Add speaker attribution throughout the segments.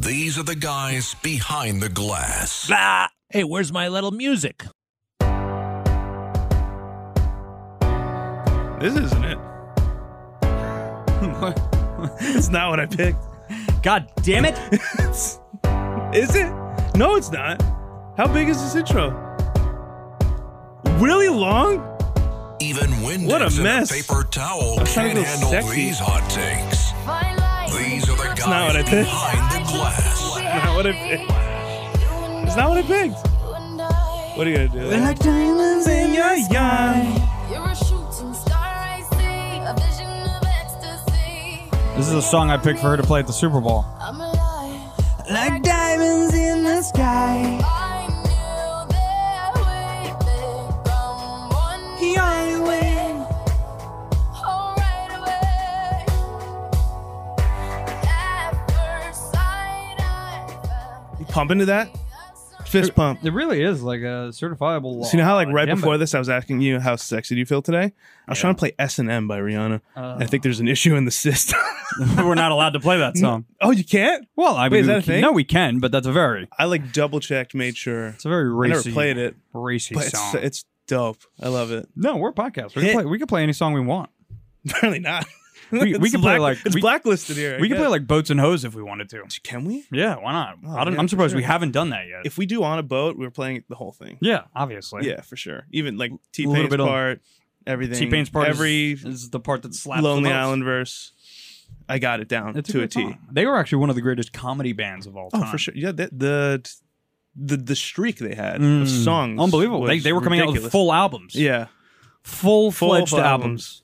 Speaker 1: These are the guys behind the glass.
Speaker 2: Blah. Ah, Hey, where's my little music?
Speaker 3: This isn't it. What? it's not what I picked.
Speaker 2: God damn it.
Speaker 3: Is it? No, it's not. How big is this intro? Really long?
Speaker 1: Even windows
Speaker 3: What a
Speaker 1: in
Speaker 3: mess.
Speaker 1: a paper towel
Speaker 3: I'm trying to
Speaker 1: can't
Speaker 3: go
Speaker 1: handle
Speaker 3: sexy.
Speaker 1: these hot takes. These are the guys
Speaker 3: not what I picked.
Speaker 1: behind the glass.
Speaker 3: Not what I picked. It's not what I picked. What are you gonna do? Like diamonds in your eye.
Speaker 4: This is a song I picked for her to play at the Super Bowl.
Speaker 5: I'm alive.
Speaker 4: Like diamonds in the sky.
Speaker 5: I knew that we'd be from one hole right away. At first sight, I
Speaker 3: You pumping to that? Fist pump.
Speaker 4: It really is like a certifiable.
Speaker 3: So you know how like
Speaker 4: uh,
Speaker 3: right
Speaker 4: demo.
Speaker 3: before this I was asking you how sexy do you feel today? I was trying to play S and M by Rihanna.
Speaker 4: Uh.
Speaker 3: I think there's an issue in the system.
Speaker 4: we're not allowed to play that song.
Speaker 3: oh, you can't?
Speaker 4: Well, I mean,
Speaker 3: Wait, is that
Speaker 4: we
Speaker 3: a
Speaker 4: can-
Speaker 3: thing?
Speaker 4: no, we can, but that's a very,
Speaker 3: I like double checked, made sure.
Speaker 4: it's a very
Speaker 3: I never
Speaker 4: racy.
Speaker 3: played it,
Speaker 4: Racy
Speaker 3: but it's,
Speaker 4: song.
Speaker 3: it's dope. I love it.
Speaker 4: no, we're a podcast. We can,
Speaker 3: Hit.
Speaker 4: play, we can play any song we want.
Speaker 3: Apparently not.
Speaker 4: We- we
Speaker 3: It's
Speaker 4: can play,
Speaker 3: black-
Speaker 4: like-
Speaker 3: it's
Speaker 4: we-
Speaker 3: blacklisted here. I
Speaker 4: we can play
Speaker 3: guess.
Speaker 4: like boats and hoes if we wanted to.
Speaker 3: Can we?
Speaker 4: Yeah, why not?
Speaker 3: Oh,
Speaker 4: I don't,
Speaker 3: yeah,
Speaker 4: I'm
Speaker 3: for
Speaker 4: surprised we
Speaker 3: sure.
Speaker 4: haven't done that yet.
Speaker 3: If we do on a boat, we're playing the whole thing.
Speaker 4: yeah, obviously.
Speaker 3: Yeah, for sure. Even like T
Speaker 4: little
Speaker 3: Pain's
Speaker 4: bit on-
Speaker 3: part, everything.
Speaker 4: T Pain's part
Speaker 3: every
Speaker 4: is, is the part that slaps the
Speaker 3: Lonely
Speaker 4: most.
Speaker 3: Island verse. I got it down
Speaker 4: It's
Speaker 3: to a
Speaker 4: good
Speaker 3: T.
Speaker 4: song. They were actually one of the greatest comedy bands of all
Speaker 3: Oh,
Speaker 4: time.
Speaker 3: for sure. Yeah, the the the, the streak they had of
Speaker 4: Mm.
Speaker 3: songs,
Speaker 4: Unbelievable. They,
Speaker 3: was
Speaker 4: they were coming out with
Speaker 3: ridiculous.
Speaker 4: full albums.
Speaker 3: Yeah,
Speaker 4: Full fledged
Speaker 3: Full um,
Speaker 4: albums.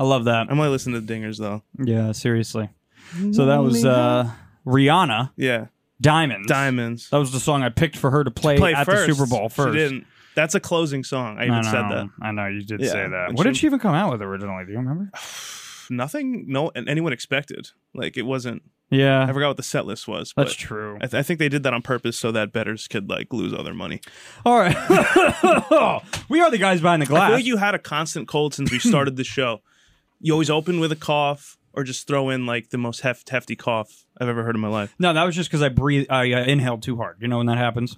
Speaker 4: I love that.
Speaker 3: I'm only listening to Dingers though.
Speaker 4: Yeah, seriously. So that was uh, Rihanna,
Speaker 3: Yeah,
Speaker 4: Diamonds.
Speaker 3: Diamonds.
Speaker 4: That was the song I picked for her to play,
Speaker 3: Play
Speaker 4: at
Speaker 3: first.
Speaker 4: the Super Bowl first.
Speaker 3: She didn't. That's a closing song. I even
Speaker 4: I know,
Speaker 3: said that.
Speaker 4: I know you did
Speaker 3: Yeah,
Speaker 4: say that.
Speaker 3: and
Speaker 4: What did
Speaker 3: she-
Speaker 4: she even come out with originally? Do you remember?
Speaker 3: Nothing. No, and anyone expected. Like it wasn't.
Speaker 4: Yeah,
Speaker 3: I forgot what the set list was. But
Speaker 4: that's true.
Speaker 3: I, th- I think they did that on purpose so that betters could like lose all their money.
Speaker 4: All right, we are the guys behind the
Speaker 3: I
Speaker 4: glass.
Speaker 3: feel like you had a constant cold since we started the show. You always open with a cough or just throw in like the most heft- hefty cough I've ever heard in my life.
Speaker 4: no, that was just because I breathe. I uh, inhaled too hard. You know when that happens,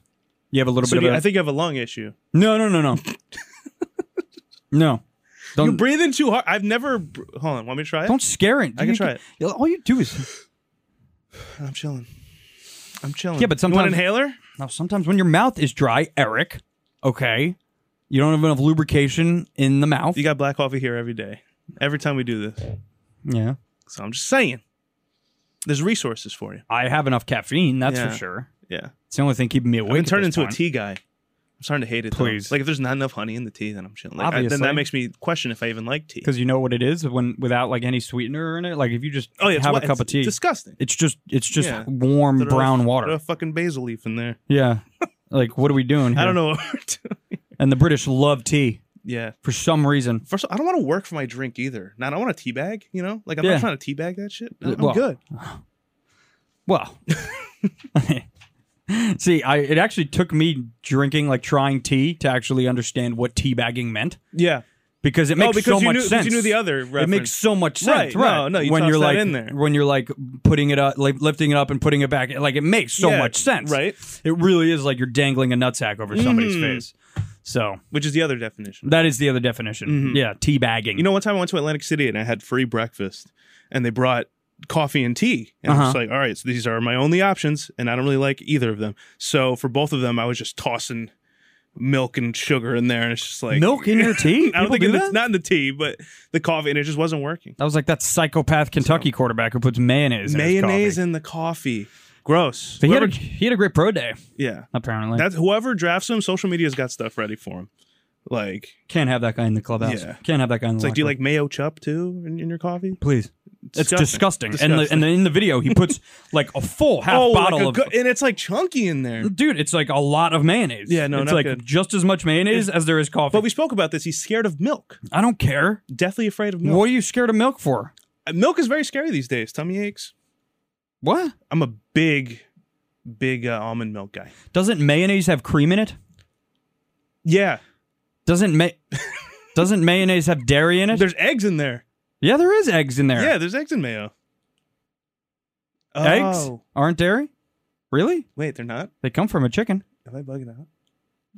Speaker 4: you have a little
Speaker 3: So
Speaker 4: bit
Speaker 3: do
Speaker 4: of.
Speaker 3: you,
Speaker 4: a-
Speaker 3: I think you have a lung issue.
Speaker 4: no, no, no, no, no.
Speaker 3: You
Speaker 4: Don't
Speaker 3: breathe in too hard. I've never. br- Hold on. Want me to try it?
Speaker 4: don't scare it.
Speaker 3: I can try it.
Speaker 4: All you do is
Speaker 3: I'm chilling. I'm chilling.
Speaker 4: Yeah, but
Speaker 3: you want
Speaker 4: sometimes-
Speaker 3: an inhaler.
Speaker 4: now. Sometimes when your mouth is dry, Eric. Okay, you don't have enough lubrication in the mouth.
Speaker 3: You got black coffee here every day. Every time we do this.
Speaker 4: yeah.
Speaker 3: So I'm just saying. There's resources for you.
Speaker 4: I have enough caffeine, that's
Speaker 3: Yeah.
Speaker 4: for sure.
Speaker 3: Yeah.
Speaker 4: It's the only thing keeping me awake.
Speaker 3: I've been
Speaker 4: at
Speaker 3: turned
Speaker 4: this
Speaker 3: into a
Speaker 4: point.
Speaker 3: tea guy. I'm starting to hate it. though.
Speaker 4: Please.
Speaker 3: Like if there's not enough honey in the tea, then I'm chilling. Like, I, then
Speaker 4: Obviously.
Speaker 3: that makes me question if I even like tea.
Speaker 4: because you know what it is when without like any sweetener in it. Like if you just
Speaker 3: Oh yeah, it's
Speaker 4: have
Speaker 3: wet.
Speaker 4: a cup
Speaker 3: It's
Speaker 4: of tea,
Speaker 3: Disgusting.
Speaker 4: it's just it's just
Speaker 3: Yeah.
Speaker 4: warm
Speaker 3: Throw a-
Speaker 4: brown
Speaker 3: Throw
Speaker 4: water.
Speaker 3: a fucking basil leaf in there.
Speaker 4: Yeah, like what are we doing?
Speaker 3: I
Speaker 4: here?
Speaker 3: don't know. what we're doing.
Speaker 4: And the British love tea
Speaker 3: yeah.
Speaker 4: for some reason.
Speaker 3: First, of all, I don't want to work for my drink either. Now I don't want a tea bag. You know, like I'm
Speaker 4: Yeah.
Speaker 3: not trying to teabag that shit. I'm
Speaker 4: Well,
Speaker 3: good.
Speaker 4: Well, see, I it actually took me drinking like trying tea to actually understand what teabagging meant
Speaker 3: Yeah.
Speaker 4: because it makes
Speaker 3: oh, because
Speaker 4: so
Speaker 3: you
Speaker 4: much
Speaker 3: knew, because
Speaker 4: sense.
Speaker 3: You knew the other. Reference.
Speaker 4: It makes so much
Speaker 3: Right,
Speaker 4: sense, right?
Speaker 3: no, no, you
Speaker 4: when
Speaker 3: toss
Speaker 4: you're
Speaker 3: that
Speaker 4: like
Speaker 3: in there.
Speaker 4: when you're like putting it up, like lifting it up and putting it back, like it makes so
Speaker 3: Yeah,
Speaker 4: much sense,
Speaker 3: right? Mm.
Speaker 4: It really is like you're dangling a nutsack over somebody's face. So
Speaker 3: which is the other definition.
Speaker 4: that is the other definition. Yeah, teabagging.
Speaker 3: Mm-hmm. You know, one time I went to Atlantic City and I had free breakfast, and they brought coffee and tea. And I was
Speaker 4: Uh-huh.
Speaker 3: like, all right, so these are my only options, and I don't really like either of them. So for both of them, I was just tossing milk and sugar in there, and it's just like
Speaker 4: milk in your tea.
Speaker 3: I don't
Speaker 4: People
Speaker 3: think
Speaker 4: do
Speaker 3: in the,
Speaker 4: that?
Speaker 3: not in the tea, but the coffee, and it just wasn't working.
Speaker 4: That was like that psychopath Kentucky quarterback who puts mayonnaise. in his
Speaker 3: Mayonnaise
Speaker 4: coffee.
Speaker 3: in the coffee, gross.
Speaker 4: But he had, a,
Speaker 3: Whoever-
Speaker 4: he had a great pro day.
Speaker 3: yeah,
Speaker 4: Apparently,
Speaker 3: that's whoever drafts him. Social media's got stuff ready for him. Like
Speaker 4: can't have that guy in the clubhouse.
Speaker 3: Yeah.
Speaker 4: Can't have that guy in the.
Speaker 3: it's like, do you
Speaker 4: locker room.
Speaker 3: like mayo chup too in, in your coffee?
Speaker 4: Please, It's disgusting. And the, and then in the video, he puts like a full half
Speaker 3: oh, like
Speaker 4: bottle
Speaker 3: a
Speaker 4: of.
Speaker 3: good- and it's like chunky in there.
Speaker 4: Dude, it's like a lot of mayonnaise.
Speaker 3: Yeah, no,
Speaker 4: it's
Speaker 3: not
Speaker 4: like
Speaker 3: good.
Speaker 4: just as much mayonnaise as there is coffee.
Speaker 3: But we spoke about this. He's scared of milk.
Speaker 4: I don't care.
Speaker 3: Deathly afraid of milk.
Speaker 4: What are you scared of milk for?
Speaker 3: Uh, Milk is very scary these days. Tummy aches.
Speaker 4: What
Speaker 3: I'm a big, big uh, almond milk guy.
Speaker 4: doesn't mayonnaise have cream in it?
Speaker 3: Yeah,
Speaker 4: Doesn't may doesn't mayonnaise have dairy in it?
Speaker 3: there's eggs in there.
Speaker 4: yeah, there is eggs in there.
Speaker 3: Yeah, there's eggs in mayo. Oh,
Speaker 4: eggs aren't dairy. Really?
Speaker 3: Wait, they're not.
Speaker 4: They come from a chicken.
Speaker 3: Am I bugging out?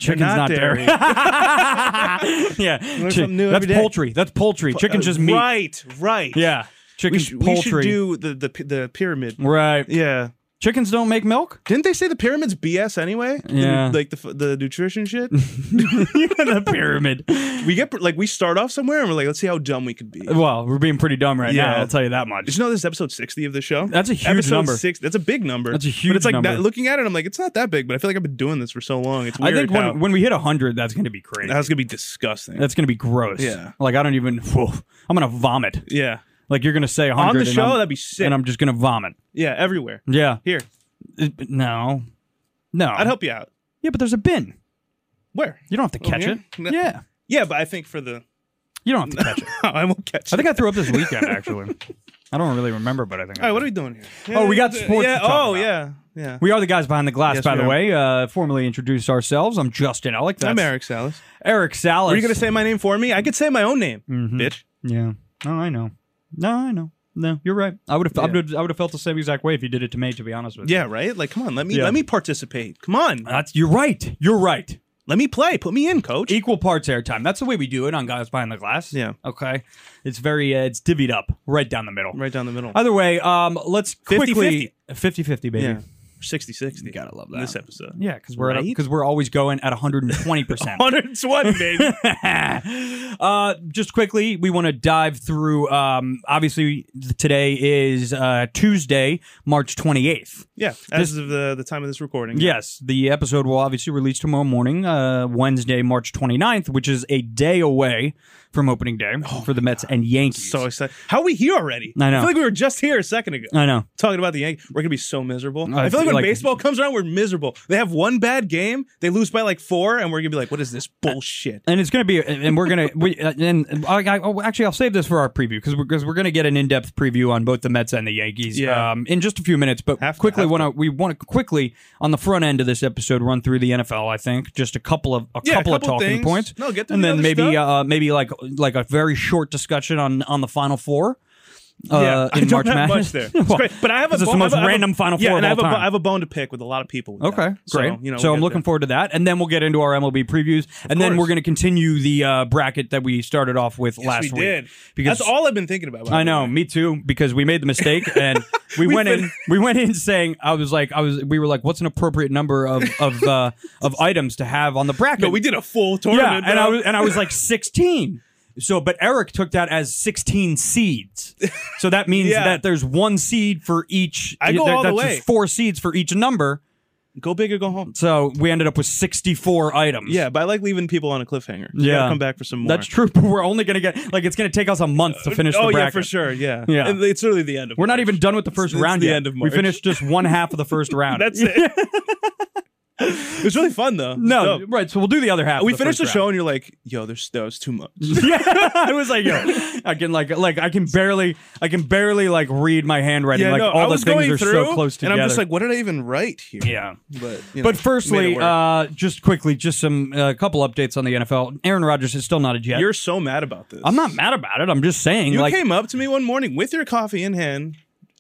Speaker 4: Chicken's
Speaker 3: not
Speaker 4: not, dairy.
Speaker 3: dairy.
Speaker 4: yeah,
Speaker 3: Learn
Speaker 4: Chi-
Speaker 3: something new
Speaker 4: that's
Speaker 3: every day.
Speaker 4: poultry. That's poultry. Chicken's
Speaker 3: Uh,
Speaker 4: just meat.
Speaker 3: Right, right.
Speaker 4: Yeah,
Speaker 3: we,
Speaker 4: chicken's
Speaker 3: sh- we
Speaker 4: poultry.
Speaker 3: should do the the p- the pyramid.
Speaker 4: right.
Speaker 3: Yeah.
Speaker 4: Chickens don't make milk.
Speaker 3: Didn't they say the pyramid's BS anyway? The-
Speaker 4: Yeah.
Speaker 3: like the f- the nutrition shit.
Speaker 4: the pyramid.
Speaker 3: we get like we start off somewhere and we're like, let's see how dumb we could be.
Speaker 4: Well, we're being pretty dumb right now.
Speaker 3: Yeah.
Speaker 4: I'll tell you that much.
Speaker 3: Did you know this is episode sixty of the show?
Speaker 4: That's a huge
Speaker 3: episode
Speaker 4: number.
Speaker 3: Six. That's a big number.
Speaker 4: That's a
Speaker 3: But
Speaker 4: huge
Speaker 3: it's like
Speaker 4: number.
Speaker 3: That, looking at it, I'm like, it's not that big, but I feel like I've been doing this for so long. It's
Speaker 4: I
Speaker 3: weird.
Speaker 4: think
Speaker 3: how-
Speaker 4: when, when we hit 100, that's going to be crazy.
Speaker 3: that's gonna be disgusting.
Speaker 4: That's going to be gross.
Speaker 3: Yeah.
Speaker 4: Like, I don't even, whew, I'm going to vomit.
Speaker 3: yeah,
Speaker 4: Like, you're going to say 100.
Speaker 3: the
Speaker 4: and
Speaker 3: show,
Speaker 4: I'm-
Speaker 3: that'd be sick.
Speaker 4: And I'm just going to vomit.
Speaker 3: yeah, everywhere.
Speaker 4: Yeah.
Speaker 3: Here,
Speaker 4: It- no. No.
Speaker 3: I'd help you out.
Speaker 4: Yeah, but there's a bin.
Speaker 3: Where?
Speaker 4: You don't have to
Speaker 3: Over
Speaker 4: catch it.
Speaker 3: here? No.
Speaker 4: Yeah.
Speaker 3: Yeah, but I think for the
Speaker 4: You don't have to catch it.
Speaker 3: I won't catch.
Speaker 4: I think
Speaker 3: it.
Speaker 4: I threw up this weekend, actually. I don't really remember, but I think. I
Speaker 3: All right, what
Speaker 4: did.
Speaker 3: are we doing here?
Speaker 4: Oh, we got
Speaker 3: Yeah,
Speaker 4: sports
Speaker 3: Yeah.
Speaker 4: to talk
Speaker 3: oh,
Speaker 4: about.
Speaker 3: yeah. Yeah.
Speaker 4: we are the guys behind the glass,
Speaker 3: Yes,
Speaker 4: by
Speaker 3: we
Speaker 4: the
Speaker 3: are.
Speaker 4: way. Uh, formally introduced ourselves. I'm Justin Alec. That's
Speaker 3: I'm Eric Salas.
Speaker 4: Eric Salas. Mm-hmm.
Speaker 3: Are you gonna say my name for me? I could say my own name, bitch.
Speaker 4: Yeah. No, I know. No, I know. No, you're right. I would have. I would. I would have felt the same exact way if you did it to me. To be honest with you.
Speaker 3: Yeah, right. Like, come on, let me
Speaker 4: Yeah. Uh,
Speaker 3: let me participate. Come on,
Speaker 4: That's. You're right. You're right.
Speaker 3: let me play. Put me in, coach.
Speaker 4: Equal parts airtime. That's the way we do it on guys behind the glass.
Speaker 3: Yeah.
Speaker 4: Okay. It's very. Uh, it's divvied up right down the middle.
Speaker 3: right down the middle.
Speaker 4: Either way, um,
Speaker 3: 50-50.
Speaker 4: let's quickly 50-50, baby.
Speaker 3: yeah, 60-60.
Speaker 4: gotta love
Speaker 3: in this
Speaker 4: that.
Speaker 3: episode.
Speaker 4: Yeah, because we're
Speaker 3: Right?
Speaker 4: because we're always going at 120 percent.
Speaker 3: 101, baby.
Speaker 4: uh, just quickly, we want to dive through. Um, obviously, today is uh, Tuesday, March 28th.
Speaker 3: yeah, as of the, the time of this recording.
Speaker 4: Yes, the episode will obviously release tomorrow morning, uh, Wednesday, March 29th, which is a day away from opening day for the Mets and Yankees.
Speaker 3: So excited. How are we here already?
Speaker 4: I know.
Speaker 3: I feel like we were just here a second ago.
Speaker 4: I know.
Speaker 3: Talking about the Yankees. We're going to be so miserable.
Speaker 4: I
Speaker 3: I, feel like
Speaker 4: feel
Speaker 3: when
Speaker 4: like-
Speaker 3: baseball comes around, we're miserable. They have one bad game, they lose by like four, and we're going to be like, what is
Speaker 4: Uh,
Speaker 3: this bullshit?
Speaker 4: and it's gonna be and we're gonna we uh, and I, I, oh, actually i'll save this for our preview because we're, 'cause we're gonna get an in-depth preview on both the mets and the yankees
Speaker 3: Yeah.
Speaker 4: um, in just a few minutes but
Speaker 3: Have to,
Speaker 4: quickly
Speaker 3: have
Speaker 4: want to we want to quickly on the front end of this episode run through the nfl i think just a couple of a
Speaker 3: Yeah, a
Speaker 4: couple,
Speaker 3: couple
Speaker 4: of talking
Speaker 3: things.
Speaker 4: points
Speaker 3: No, get through
Speaker 4: and
Speaker 3: the
Speaker 4: then
Speaker 3: other
Speaker 4: maybe
Speaker 3: stuff.
Speaker 4: uh maybe like like a very short discussion on on the final four uh,
Speaker 3: I
Speaker 4: in
Speaker 3: don't
Speaker 4: March
Speaker 3: have much
Speaker 4: Madness.
Speaker 3: there. It's
Speaker 4: Well,
Speaker 3: great. But I have a
Speaker 4: this is
Speaker 3: bone-
Speaker 4: the
Speaker 3: I have
Speaker 4: most
Speaker 3: a- I have a-
Speaker 4: random Final
Speaker 3: yeah,
Speaker 4: Four
Speaker 3: and
Speaker 4: of
Speaker 3: I
Speaker 4: all
Speaker 3: have, a bo-
Speaker 4: time.
Speaker 3: I have a bone to pick with a lot of people. with
Speaker 4: Okay,
Speaker 3: that. So,
Speaker 4: great. So,
Speaker 3: you know,
Speaker 4: I'm looking
Speaker 3: for.
Speaker 4: forward to that, and then we'll get into our MLB previews, and then
Speaker 3: course.
Speaker 4: we're going to continue the uh, bracket that we started off with last
Speaker 3: Yes, we
Speaker 4: week.
Speaker 3: did.
Speaker 4: Because
Speaker 3: That's all I've been thinking about. by
Speaker 4: I
Speaker 3: the
Speaker 4: know,
Speaker 3: way.
Speaker 4: me too. Because we made the mistake, and we, went in. We went in saying, "I was like, I was." We were like, "What's an appropriate number of of uh, of items to have on the bracket?"
Speaker 3: No, we did a full
Speaker 4: Yeah,
Speaker 3: tournament.
Speaker 4: and I
Speaker 3: bro.
Speaker 4: was and I was like sixteen. So, but Eric took that as sixteen seeds. So that means
Speaker 3: Yeah.
Speaker 4: that there's one seed for each.
Speaker 3: I go
Speaker 4: that-
Speaker 3: all the
Speaker 4: that's
Speaker 3: way.
Speaker 4: just four seeds for each number.
Speaker 3: go big or go home.
Speaker 4: So we ended up with 64 items.
Speaker 3: Yeah, but I like leaving people on a cliffhanger. You
Speaker 4: Yeah.
Speaker 3: gotta come back for some more.
Speaker 4: That's true, but we're only going to get, like, it's going to take us a month to finish
Speaker 3: oh
Speaker 4: the bracket.
Speaker 3: yeah, for sure. Yeah,
Speaker 4: Yeah.
Speaker 3: And it's really the end of.
Speaker 4: We're not
Speaker 3: March.
Speaker 4: even done with the first
Speaker 3: It's
Speaker 4: round
Speaker 3: the
Speaker 4: yet.
Speaker 3: end of
Speaker 4: We
Speaker 3: March.
Speaker 4: finished just one half of the first round.
Speaker 3: That's it. it was really fun though.
Speaker 4: no,
Speaker 3: So, Uh,
Speaker 4: right. So we'll do the other half.
Speaker 3: we
Speaker 4: of
Speaker 3: finished the
Speaker 4: first
Speaker 3: show
Speaker 4: round.
Speaker 3: and you're like, "Yo, there's that was too much."
Speaker 4: yeah, I was like, yo, I can like, like, I can barely, I can barely like read my handwriting. like
Speaker 3: no,
Speaker 4: all
Speaker 3: I was
Speaker 4: the things
Speaker 3: going
Speaker 4: are
Speaker 3: through,
Speaker 4: so close together.
Speaker 3: and I'm just like, "What did I even write here?"
Speaker 4: yeah.
Speaker 3: but you know,
Speaker 4: But firstly,
Speaker 3: made it work.
Speaker 4: uh, just quickly, just some a couple updates on the NFL. Aaron Rodgers is still not a Jet.
Speaker 3: you're so mad about this.
Speaker 4: uh, I'm not mad about it. I'm just saying,
Speaker 3: You
Speaker 4: like,
Speaker 3: came up to me one morning with your coffee in hand,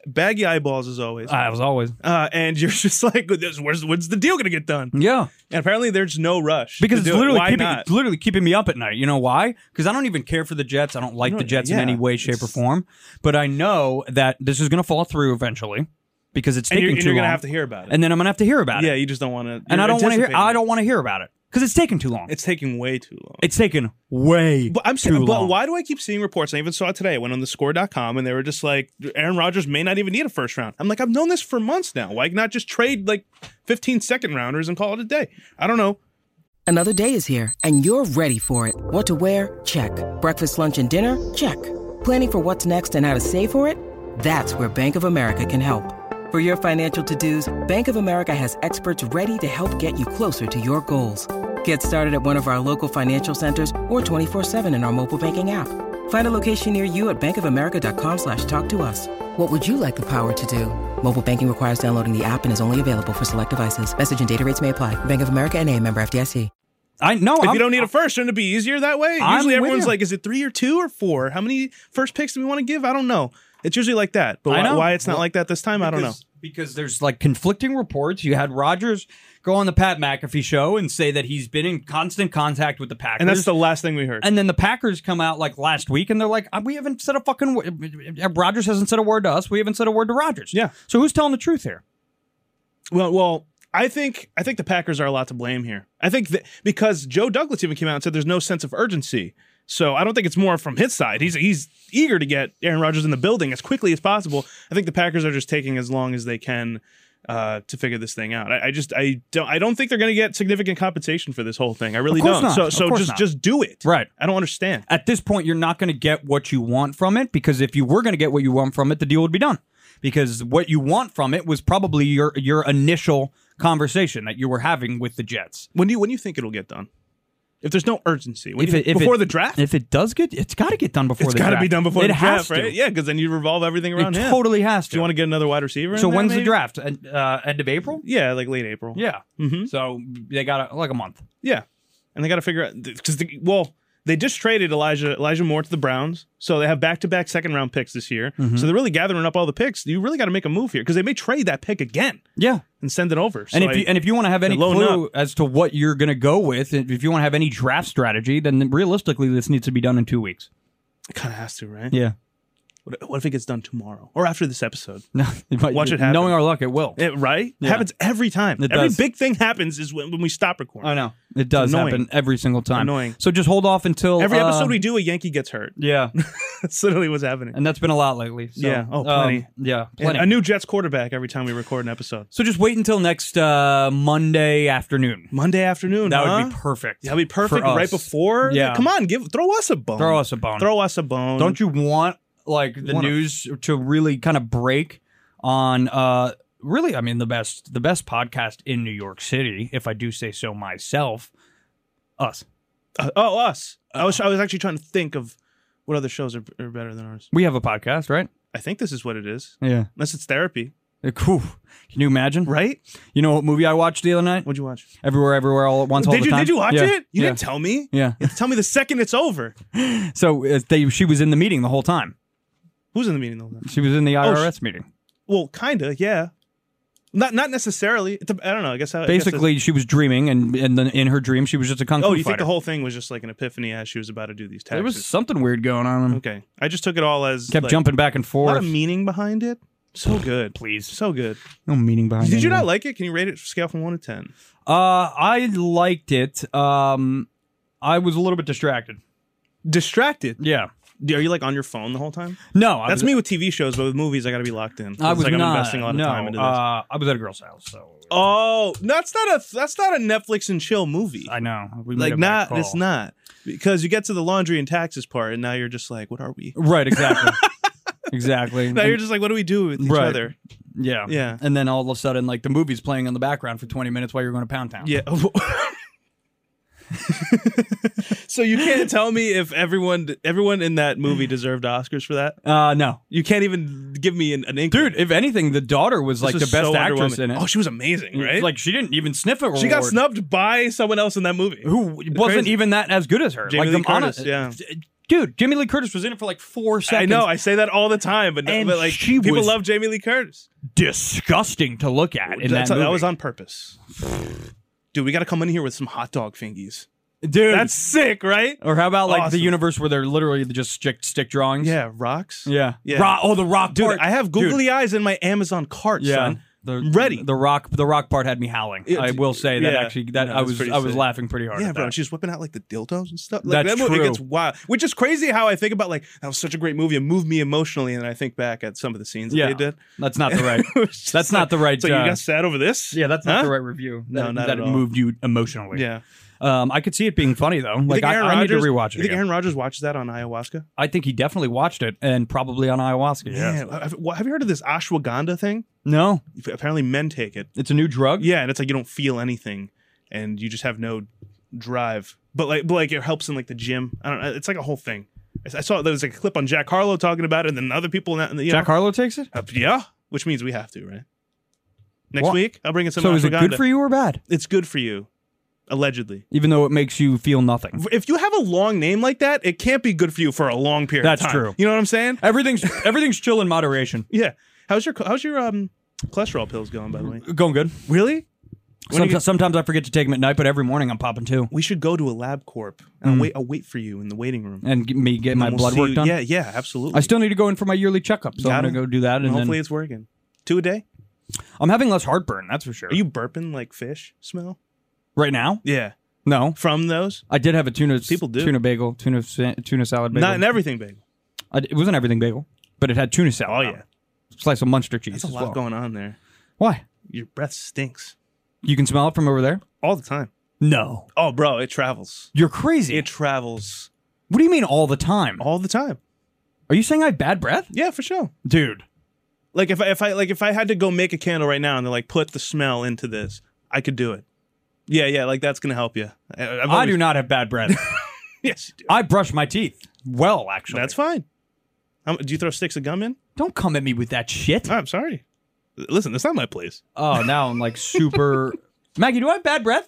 Speaker 3: baggy eyeballs as always,
Speaker 4: I was always,
Speaker 3: uh, and you're just like, "Where's when's the deal gonna get done?"
Speaker 4: yeah.
Speaker 3: And apparently, there's no rush to
Speaker 4: because it's
Speaker 3: do it.
Speaker 4: literally
Speaker 3: Why
Speaker 4: keeping,
Speaker 3: not?
Speaker 4: it's literally keeping me up at night. You know why? Because I don't even care for the Jets. I don't like the Jets in
Speaker 3: yeah,
Speaker 4: any way, shape, or form. But I know that this is going to fall through eventually because it's
Speaker 3: and
Speaker 4: taking
Speaker 3: you're, and
Speaker 4: too
Speaker 3: you're
Speaker 4: long.
Speaker 3: gonna have to hear about it.
Speaker 4: and then I'm going to have to hear about
Speaker 3: yeah,
Speaker 4: it.
Speaker 3: you just don't want to.
Speaker 4: and I don't want to hear. I don't want to hear about it because it's taking too long. It's,
Speaker 3: It's taking way too long.
Speaker 4: taken way
Speaker 3: but I'm
Speaker 4: too
Speaker 3: saying, but
Speaker 4: long.
Speaker 3: why do I keep seeing reports? I even saw it today. I went on the score.com and they were just like, Aaron Rodgers may not even need a first round. I'm like, I've known this for months now. Why not just trade like 15 second rounders and call it a day? I don't know.
Speaker 6: Another day is here, and you're ready for it. What to wear? Check. Breakfast, lunch, and dinner? Check. Planning for what's next and how to save for it? That's where Bank of America can help. For your financial to-dos, Bank of America has experts ready to help get you closer to your goals. Get started at one of our local financial centers or 24-7 in our mobile banking app. Find a location near you at bankofamerica.com slash talk to us. What would you like the power to do? Mobile banking requires downloading the app and is only available for select devices. Message and data rates may apply. Bank of America and a member FDIC.
Speaker 4: I no,
Speaker 3: If
Speaker 4: I'm,
Speaker 3: you don't need a first, shouldn't it be easier that way?
Speaker 4: I'm
Speaker 3: usually
Speaker 4: with
Speaker 3: everyone's
Speaker 4: you.
Speaker 3: like, is it three or two or four? How many first picks do we want to give? I don't know. It's usually like that. But why,
Speaker 4: I know.
Speaker 3: why it's not
Speaker 4: Well,
Speaker 3: like that this time, I don't know.
Speaker 4: Because- Because there's like conflicting reports. You had Rogers go on the Pat McAfee show and say that he's been in constant contact with the Packers.
Speaker 3: And that's the last thing we heard.
Speaker 4: And then the Packers come out like last week, and they're like, "Uh, "We haven't said a fucking. W- Rogers hasn't said a word to us. We haven't said a word to Rogers.
Speaker 3: Yeah.
Speaker 4: So who's telling the truth here?
Speaker 3: Well, well, I think I think the Packers are a lot to blame here. I think that because Joe Douglas even came out and said there's no sense of urgency. So I don't think it's more from his side. He's he's eager to get Aaron Rodgers in the building as quickly as possible. I think the Packers are just taking as long as they can uh, to figure this thing out. I, I just I don't I don't think they're going to get significant compensation for this whole thing. I really
Speaker 4: course
Speaker 3: don't.
Speaker 4: not.
Speaker 3: So
Speaker 4: Of
Speaker 3: so
Speaker 4: course
Speaker 3: just
Speaker 4: not.
Speaker 3: just do it.
Speaker 4: Right.
Speaker 3: I don't understand.
Speaker 4: At this point, you're not going to get what you want from it because if you were going to get what you want from it, the deal would be done. Because what you want from it was probably your your initial conversation that you were having with the Jets.
Speaker 3: When do you when do you think it'll get done? If there's no urgency, when do you-
Speaker 4: it-
Speaker 3: before
Speaker 4: it-
Speaker 3: the draft,
Speaker 4: If it does get, it's got to get done before
Speaker 3: it's
Speaker 4: the
Speaker 3: got
Speaker 4: draft.
Speaker 3: to be done before
Speaker 4: it
Speaker 3: the draft,
Speaker 4: has to.
Speaker 3: right? Yeah, because then you revolve everything around
Speaker 4: It
Speaker 3: him.
Speaker 4: totally has to.
Speaker 3: Do you want to get another wide receiver?
Speaker 4: so
Speaker 3: in there,
Speaker 4: when's the
Speaker 3: maybe?
Speaker 4: draft? End- Uh, end of April?
Speaker 3: Yeah, like late April.
Speaker 4: Yeah.
Speaker 3: Mhm.
Speaker 4: So they got a, like a month.
Speaker 3: yeah. And they got to figure out because the, well, they just traded Elijah Elijah Moore to the Browns, so they have back to back second round picks this year.
Speaker 4: Mm-hmm.
Speaker 3: So they're really gathering up all the picks. You really got to make a move here because they may trade that pick again
Speaker 4: Yeah.
Speaker 3: and send it over. So
Speaker 4: And if
Speaker 3: I-
Speaker 4: you and if you want to have any
Speaker 3: they're loading
Speaker 4: clue as to what you're going to go with, if if you want to have any draft strategy, then realistically, this needs to be done in two weeks.
Speaker 3: it kind of has to, right?
Speaker 4: Yeah.
Speaker 3: What, what if it gets done tomorrow or after this episode?
Speaker 4: No, but
Speaker 3: Watch it happen.
Speaker 4: Knowing our luck, it will.
Speaker 3: It, right? Happens every time.
Speaker 4: It
Speaker 3: every
Speaker 4: does.
Speaker 3: big thing happens is when, when we stop recording.
Speaker 4: I know it does
Speaker 3: annoying.
Speaker 4: happen every single time.
Speaker 3: Annoying.
Speaker 4: So just hold off until
Speaker 3: Every
Speaker 4: uh,
Speaker 3: episode we do, a Yankee gets hurt.
Speaker 4: Yeah,
Speaker 3: That's literally what's happening.
Speaker 4: and that's been a lot lately. So,
Speaker 3: Yeah. Oh,
Speaker 4: um,
Speaker 3: plenty.
Speaker 4: yeah,
Speaker 3: And
Speaker 4: plenty.
Speaker 3: a new Jets quarterback every time we record an episode.
Speaker 4: so just wait until next uh, Monday afternoon.
Speaker 3: Monday afternoon.
Speaker 4: That
Speaker 3: huh?
Speaker 4: would be perfect.
Speaker 3: That'd be perfect
Speaker 4: for us.
Speaker 3: right before.
Speaker 4: Yeah.
Speaker 3: Come on, give throw us a bone.
Speaker 4: Throw us a bone.
Speaker 3: Throw us a bone.
Speaker 4: Don't you want like the
Speaker 3: Wanna-
Speaker 4: news to really kind of break on uh really I mean the best the best podcast in New York City, if I do say so myself. Us.
Speaker 3: Uh, oh, us. I was I was actually trying to think of what other shows are, are better than ours.
Speaker 4: We have a podcast, right?
Speaker 3: I think this is what it is.
Speaker 4: Yeah.
Speaker 3: Unless it's therapy,
Speaker 4: Cool. Can you imagine?
Speaker 3: right?
Speaker 4: You know what movie I watched the other night?
Speaker 3: What'd you watch?
Speaker 4: Everywhere, everywhere, all at once. all
Speaker 3: did
Speaker 4: the
Speaker 3: you
Speaker 4: time.
Speaker 3: did you watch
Speaker 4: Yeah.
Speaker 3: it? You
Speaker 4: yeah.
Speaker 3: didn't tell me.
Speaker 4: Yeah.
Speaker 3: You have to tell me the second it's over.
Speaker 4: So uh, they, she was in the meeting the whole time.
Speaker 3: Who's in the meeting though?
Speaker 4: She was in the
Speaker 3: Oh,
Speaker 4: IRS meeting.
Speaker 3: Well, kinda, yeah. Not not necessarily. It dep- I don't know. I guess how, I guess
Speaker 4: Basically, she was dreaming, and and then in her dream, she was just a kung
Speaker 3: that's- oh,
Speaker 4: fu
Speaker 3: you think
Speaker 4: fighter.
Speaker 3: the whole thing was just like an epiphany as she was about to do these
Speaker 4: there
Speaker 3: taxes?
Speaker 4: was something weird going on.
Speaker 3: okay. I just took it all as
Speaker 4: Kept
Speaker 3: like,
Speaker 4: jumping back and
Speaker 3: A
Speaker 4: forth.
Speaker 3: lot of meaning behind it. So good.
Speaker 4: Please.
Speaker 3: So good.
Speaker 4: No meaning behind.
Speaker 3: Did you
Speaker 4: any of
Speaker 3: not like it? Can you rate it scale from one to ten?
Speaker 4: it. Uh, I liked it. Um, I was a little bit distracted.
Speaker 3: Distracted.
Speaker 4: Yeah.
Speaker 3: Are you like on your phone the whole time?
Speaker 4: No, I
Speaker 3: That's
Speaker 4: was,
Speaker 3: me with TV shows, but with movies, I got to be locked in.
Speaker 4: I
Speaker 3: It's
Speaker 4: was
Speaker 3: like
Speaker 4: not.
Speaker 3: I'm investing a lot of
Speaker 4: no,
Speaker 3: time into this.
Speaker 4: Uh, I was at a girl's house, so
Speaker 3: oh, that's not a that's not a Netflix and chill movie.
Speaker 4: I know. We made
Speaker 3: like
Speaker 4: a bad
Speaker 3: not, it's
Speaker 4: call.
Speaker 3: not because you get to the laundry and taxes part, and now you're just like, what are we?
Speaker 4: Right. Exactly. exactly.
Speaker 3: Now you're
Speaker 4: And-
Speaker 3: just like, what do we do with each
Speaker 4: Right.
Speaker 3: other?
Speaker 4: yeah.
Speaker 3: Yeah.
Speaker 4: And then all of a sudden, like the movie's playing in the background for 20 minutes while you're going to Pound Town.
Speaker 3: Yeah. so you can't tell me if everyone everyone in that movie deserved Oscars for that.
Speaker 4: Uh, no.
Speaker 3: You can't even give me an, an inkling.
Speaker 4: Dude, if anything, the daughter was like
Speaker 3: This
Speaker 4: the
Speaker 3: is
Speaker 4: best
Speaker 3: so
Speaker 4: actress
Speaker 3: underwhelming.
Speaker 4: in it.
Speaker 3: Oh, she was amazing, right?
Speaker 4: Mm, Like she didn't even sniff it.
Speaker 3: she got snubbed by someone else in that movie.
Speaker 4: who wasn't
Speaker 3: crazy.
Speaker 4: even that as good as her.
Speaker 3: Jamie
Speaker 4: like
Speaker 3: Lee
Speaker 4: the honest-
Speaker 3: Curtis, yeah.
Speaker 4: Dude, Jamie Lee Curtis was in it for like four
Speaker 3: I
Speaker 4: seconds.
Speaker 3: know. I say that all the time, but,
Speaker 4: And
Speaker 3: but like
Speaker 4: she
Speaker 3: people
Speaker 4: was-
Speaker 3: love Jamie Lee Curtis.
Speaker 4: disgusting to look at in
Speaker 3: That's-
Speaker 4: that movie.
Speaker 3: was on purpose. Dude, we got to come in here with some hot dog fingies.
Speaker 4: Dude,
Speaker 3: That's sick, right?
Speaker 4: or how about like
Speaker 3: Awesome.
Speaker 4: the universe where they're literally just stick stick drawings?
Speaker 3: Yeah, rocks.
Speaker 4: yeah,
Speaker 3: Yeah.
Speaker 4: Rock, oh, the rock
Speaker 3: Dude,
Speaker 4: part.
Speaker 3: I have
Speaker 4: Dude,
Speaker 3: googly eyes in my Amazon cart,
Speaker 4: yeah.
Speaker 3: son.
Speaker 4: The,
Speaker 3: I'm ready.
Speaker 4: The rock, the rock part had me howling.
Speaker 3: Yeah,
Speaker 4: I
Speaker 3: d-
Speaker 4: will say that
Speaker 3: yeah.
Speaker 4: actually, that
Speaker 3: No,
Speaker 4: I
Speaker 3: that's
Speaker 4: was
Speaker 3: pretty
Speaker 4: I was
Speaker 3: sick.
Speaker 4: laughing pretty hard.
Speaker 3: yeah,
Speaker 4: at
Speaker 3: bro.
Speaker 4: that.
Speaker 3: She's whipping out like the dildos and stuff. Like,
Speaker 4: That's
Speaker 3: that movie, It
Speaker 4: true.
Speaker 3: gets wild, which is crazy. How I think about like that was such a great movie. It moved me emotionally, and then I think back at some of the scenes
Speaker 4: yeah,
Speaker 3: that they did.
Speaker 4: that's not the right.
Speaker 3: It was just
Speaker 4: that's not
Speaker 3: like-
Speaker 4: the right.
Speaker 3: So you
Speaker 4: uh,
Speaker 3: got sad over this?
Speaker 4: Yeah, that's not
Speaker 3: Huh?
Speaker 4: the right review.
Speaker 3: No,
Speaker 4: that,
Speaker 3: not
Speaker 4: that
Speaker 3: at
Speaker 4: it
Speaker 3: all.
Speaker 4: moved you emotionally.
Speaker 3: Yeah.
Speaker 4: Um, I could see it being funny though. Like
Speaker 3: think
Speaker 4: I,
Speaker 3: Aaron
Speaker 4: I need to
Speaker 3: Rodgers-
Speaker 4: rewatch it.
Speaker 3: You think
Speaker 4: again.
Speaker 3: Aaron Rodgers watches that on ayahuasca?
Speaker 4: I think he definitely watched it and probably on ayahuasca.
Speaker 3: Man, have, what- have you heard of this ashwagandha thing?
Speaker 4: No,
Speaker 3: Apparently, men take it.
Speaker 4: it's a new drug.
Speaker 3: Yeah, and it's like you don't feel anything, and you just have no drive. But like, but like it helps in like the gym. I don't. know. It's like a whole thing. I I saw there was like a clip on Jack Harlow talking about it, and then other people. In that, you
Speaker 4: Jack
Speaker 3: know,
Speaker 4: Harlow takes it.
Speaker 3: Uh, yeah, which means we have to right. Next
Speaker 4: What?
Speaker 3: week, I'll bring in some.
Speaker 4: so is it good
Speaker 3: ashwagandha.
Speaker 4: for you or bad?
Speaker 3: It's good for you, allegedly.
Speaker 4: Even though it makes you feel nothing.
Speaker 3: If you have a long name like that, it can't be good for you for a long period.
Speaker 4: That's
Speaker 3: of time.
Speaker 4: true.
Speaker 3: You know what I'm saying?
Speaker 4: Everything's everything's chill in moderation.
Speaker 3: Yeah. How's your how's your um cholesterol pills going? By the way,
Speaker 4: Going good.
Speaker 3: really? When
Speaker 4: Some,
Speaker 3: you get-
Speaker 4: sometimes I forget to take them at night, but every morning I'm popping two
Speaker 3: We should go to a lab corp. And I'll wait. I'll wait for you in the waiting room.
Speaker 4: Hmm. and get me get my
Speaker 3: And we'll
Speaker 4: blood
Speaker 3: see
Speaker 4: work
Speaker 3: you-
Speaker 4: done.
Speaker 3: Yeah, yeah, absolutely.
Speaker 4: I still need to go in for my yearly checkup, so I'm
Speaker 3: Gotta-
Speaker 4: gonna go do that. And,
Speaker 3: hopefully
Speaker 4: then
Speaker 3: it's working. Two a day.
Speaker 4: I'm having less heartburn. That's for sure.
Speaker 3: Are you burping like fish smell?
Speaker 4: right now?
Speaker 3: Yeah,
Speaker 4: No,
Speaker 3: from those.
Speaker 4: I did have a tuna
Speaker 3: People do.
Speaker 4: tuna bagel, tuna sa- tuna salad bagel.
Speaker 3: Not in everything big.
Speaker 4: I, it wasn't everything bagel, but it had tuna salad.
Speaker 3: Oh
Speaker 4: on
Speaker 3: yeah,
Speaker 4: it. slice of Munster cheese.
Speaker 3: there's a
Speaker 4: as
Speaker 3: lot
Speaker 4: well.
Speaker 3: going on there.
Speaker 4: Why?
Speaker 3: Your breath stinks
Speaker 4: You can smell it from over there.
Speaker 3: all the time.
Speaker 4: No,
Speaker 3: Oh, bro, it travels.
Speaker 4: you're crazy.
Speaker 3: It travels
Speaker 4: what do you mean all the time?
Speaker 3: all the time.
Speaker 4: Are you saying I have bad breath,
Speaker 3: Yeah, for sure.
Speaker 4: dude?
Speaker 3: Like if I, if I like if I had to go make a candle right now and they're like put the smell into this, I could do it. Yeah, yeah, like that's gonna help you. I, I've
Speaker 4: I
Speaker 3: always-
Speaker 4: do not have bad breath.
Speaker 3: Yes, you do.
Speaker 4: I brush my teeth well, actually.
Speaker 3: that's fine. Um, do you throw sticks of gum in?
Speaker 4: Don't come at me with that shit.
Speaker 3: Oh, I'm sorry. Listen, that's not my place.
Speaker 4: Oh, now I'm like super. Maggie, do I have bad breath?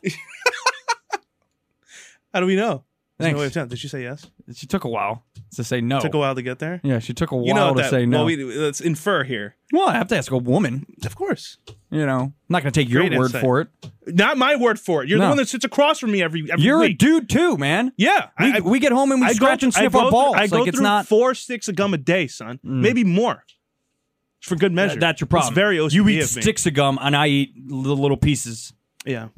Speaker 3: How do we know? There's
Speaker 4: Thanks.
Speaker 3: no way of telling. Did she say yes?
Speaker 4: She took a while to say no.
Speaker 3: Took a while to get there.
Speaker 4: Yeah, she took a while
Speaker 3: Oh. you know what
Speaker 4: to
Speaker 3: that,
Speaker 4: say no.
Speaker 3: Well,
Speaker 4: Well,
Speaker 3: we, let's infer here.
Speaker 4: I have to ask a woman.
Speaker 3: Of course,
Speaker 4: You know, I'm not gonna take your
Speaker 3: Great
Speaker 4: word
Speaker 3: insight.
Speaker 4: for it.
Speaker 3: not my word for it. You're
Speaker 4: No.
Speaker 3: the one that sits across from me every every
Speaker 4: You're a
Speaker 3: week.
Speaker 4: dude too, man.
Speaker 3: yeah,
Speaker 4: We,
Speaker 3: I, I-
Speaker 4: we get home and we
Speaker 3: I go
Speaker 4: scratch
Speaker 3: thr-
Speaker 4: and
Speaker 3: I
Speaker 4: sniff
Speaker 3: go
Speaker 4: our
Speaker 3: through-
Speaker 4: balls.
Speaker 3: I go
Speaker 4: like it's
Speaker 3: through
Speaker 4: not. Mm.
Speaker 3: four sticks of gum a day, son. Maybe more. It's for good measure.
Speaker 4: That's your problem.
Speaker 3: It's very OCD
Speaker 4: You eat
Speaker 3: of me.
Speaker 4: sticks of gum, and I eat little, little pieces.
Speaker 3: Yeah.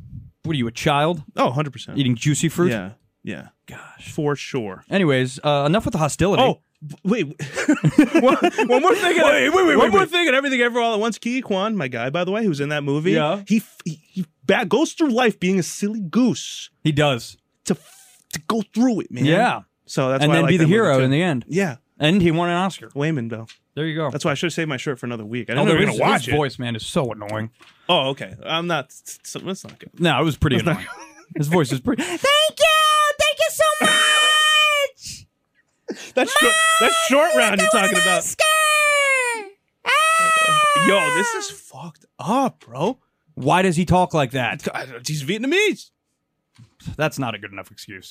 Speaker 4: What are you, a child
Speaker 3: Oh, 100 percent.
Speaker 4: eating juicy fruit?
Speaker 3: Yeah. Yeah. Gosh. For sure.
Speaker 4: Anyways, uh, enough with the hostility.
Speaker 3: Oh, b- wait. one, one more thing. Wait, wait, wait, one more thing. And everything, ever all at once. Ki Kwan, my guy, by the way, who's in that movie.
Speaker 4: Yeah.
Speaker 3: He f- he, he back, goes through life being a silly goose
Speaker 4: he does.
Speaker 3: to f- to go through it, man.
Speaker 4: Yeah.
Speaker 3: So that's
Speaker 4: and
Speaker 3: why I
Speaker 4: then
Speaker 3: like
Speaker 4: be the
Speaker 3: that movie,
Speaker 4: hero
Speaker 3: too.
Speaker 4: in the end.
Speaker 3: yeah.
Speaker 4: And he won an Oscar.
Speaker 3: Wayman though.
Speaker 4: There you go.
Speaker 3: That's why I should have saved my shirt for another week. I didn't
Speaker 4: Although
Speaker 3: know we were
Speaker 4: his,
Speaker 3: gonna watch
Speaker 4: his
Speaker 3: it.
Speaker 4: voice, man, is so annoying.
Speaker 3: Oh, okay. I'm not. So, that's not good.
Speaker 4: No, it was pretty annoying. His voice is pretty. Thank you, thank you so much.
Speaker 3: That's short, that's short round you're talking about. Yo, this is fucked up, bro.
Speaker 4: Why does he talk like that?
Speaker 3: God, he's Vietnamese.
Speaker 4: That's not a good enough excuse.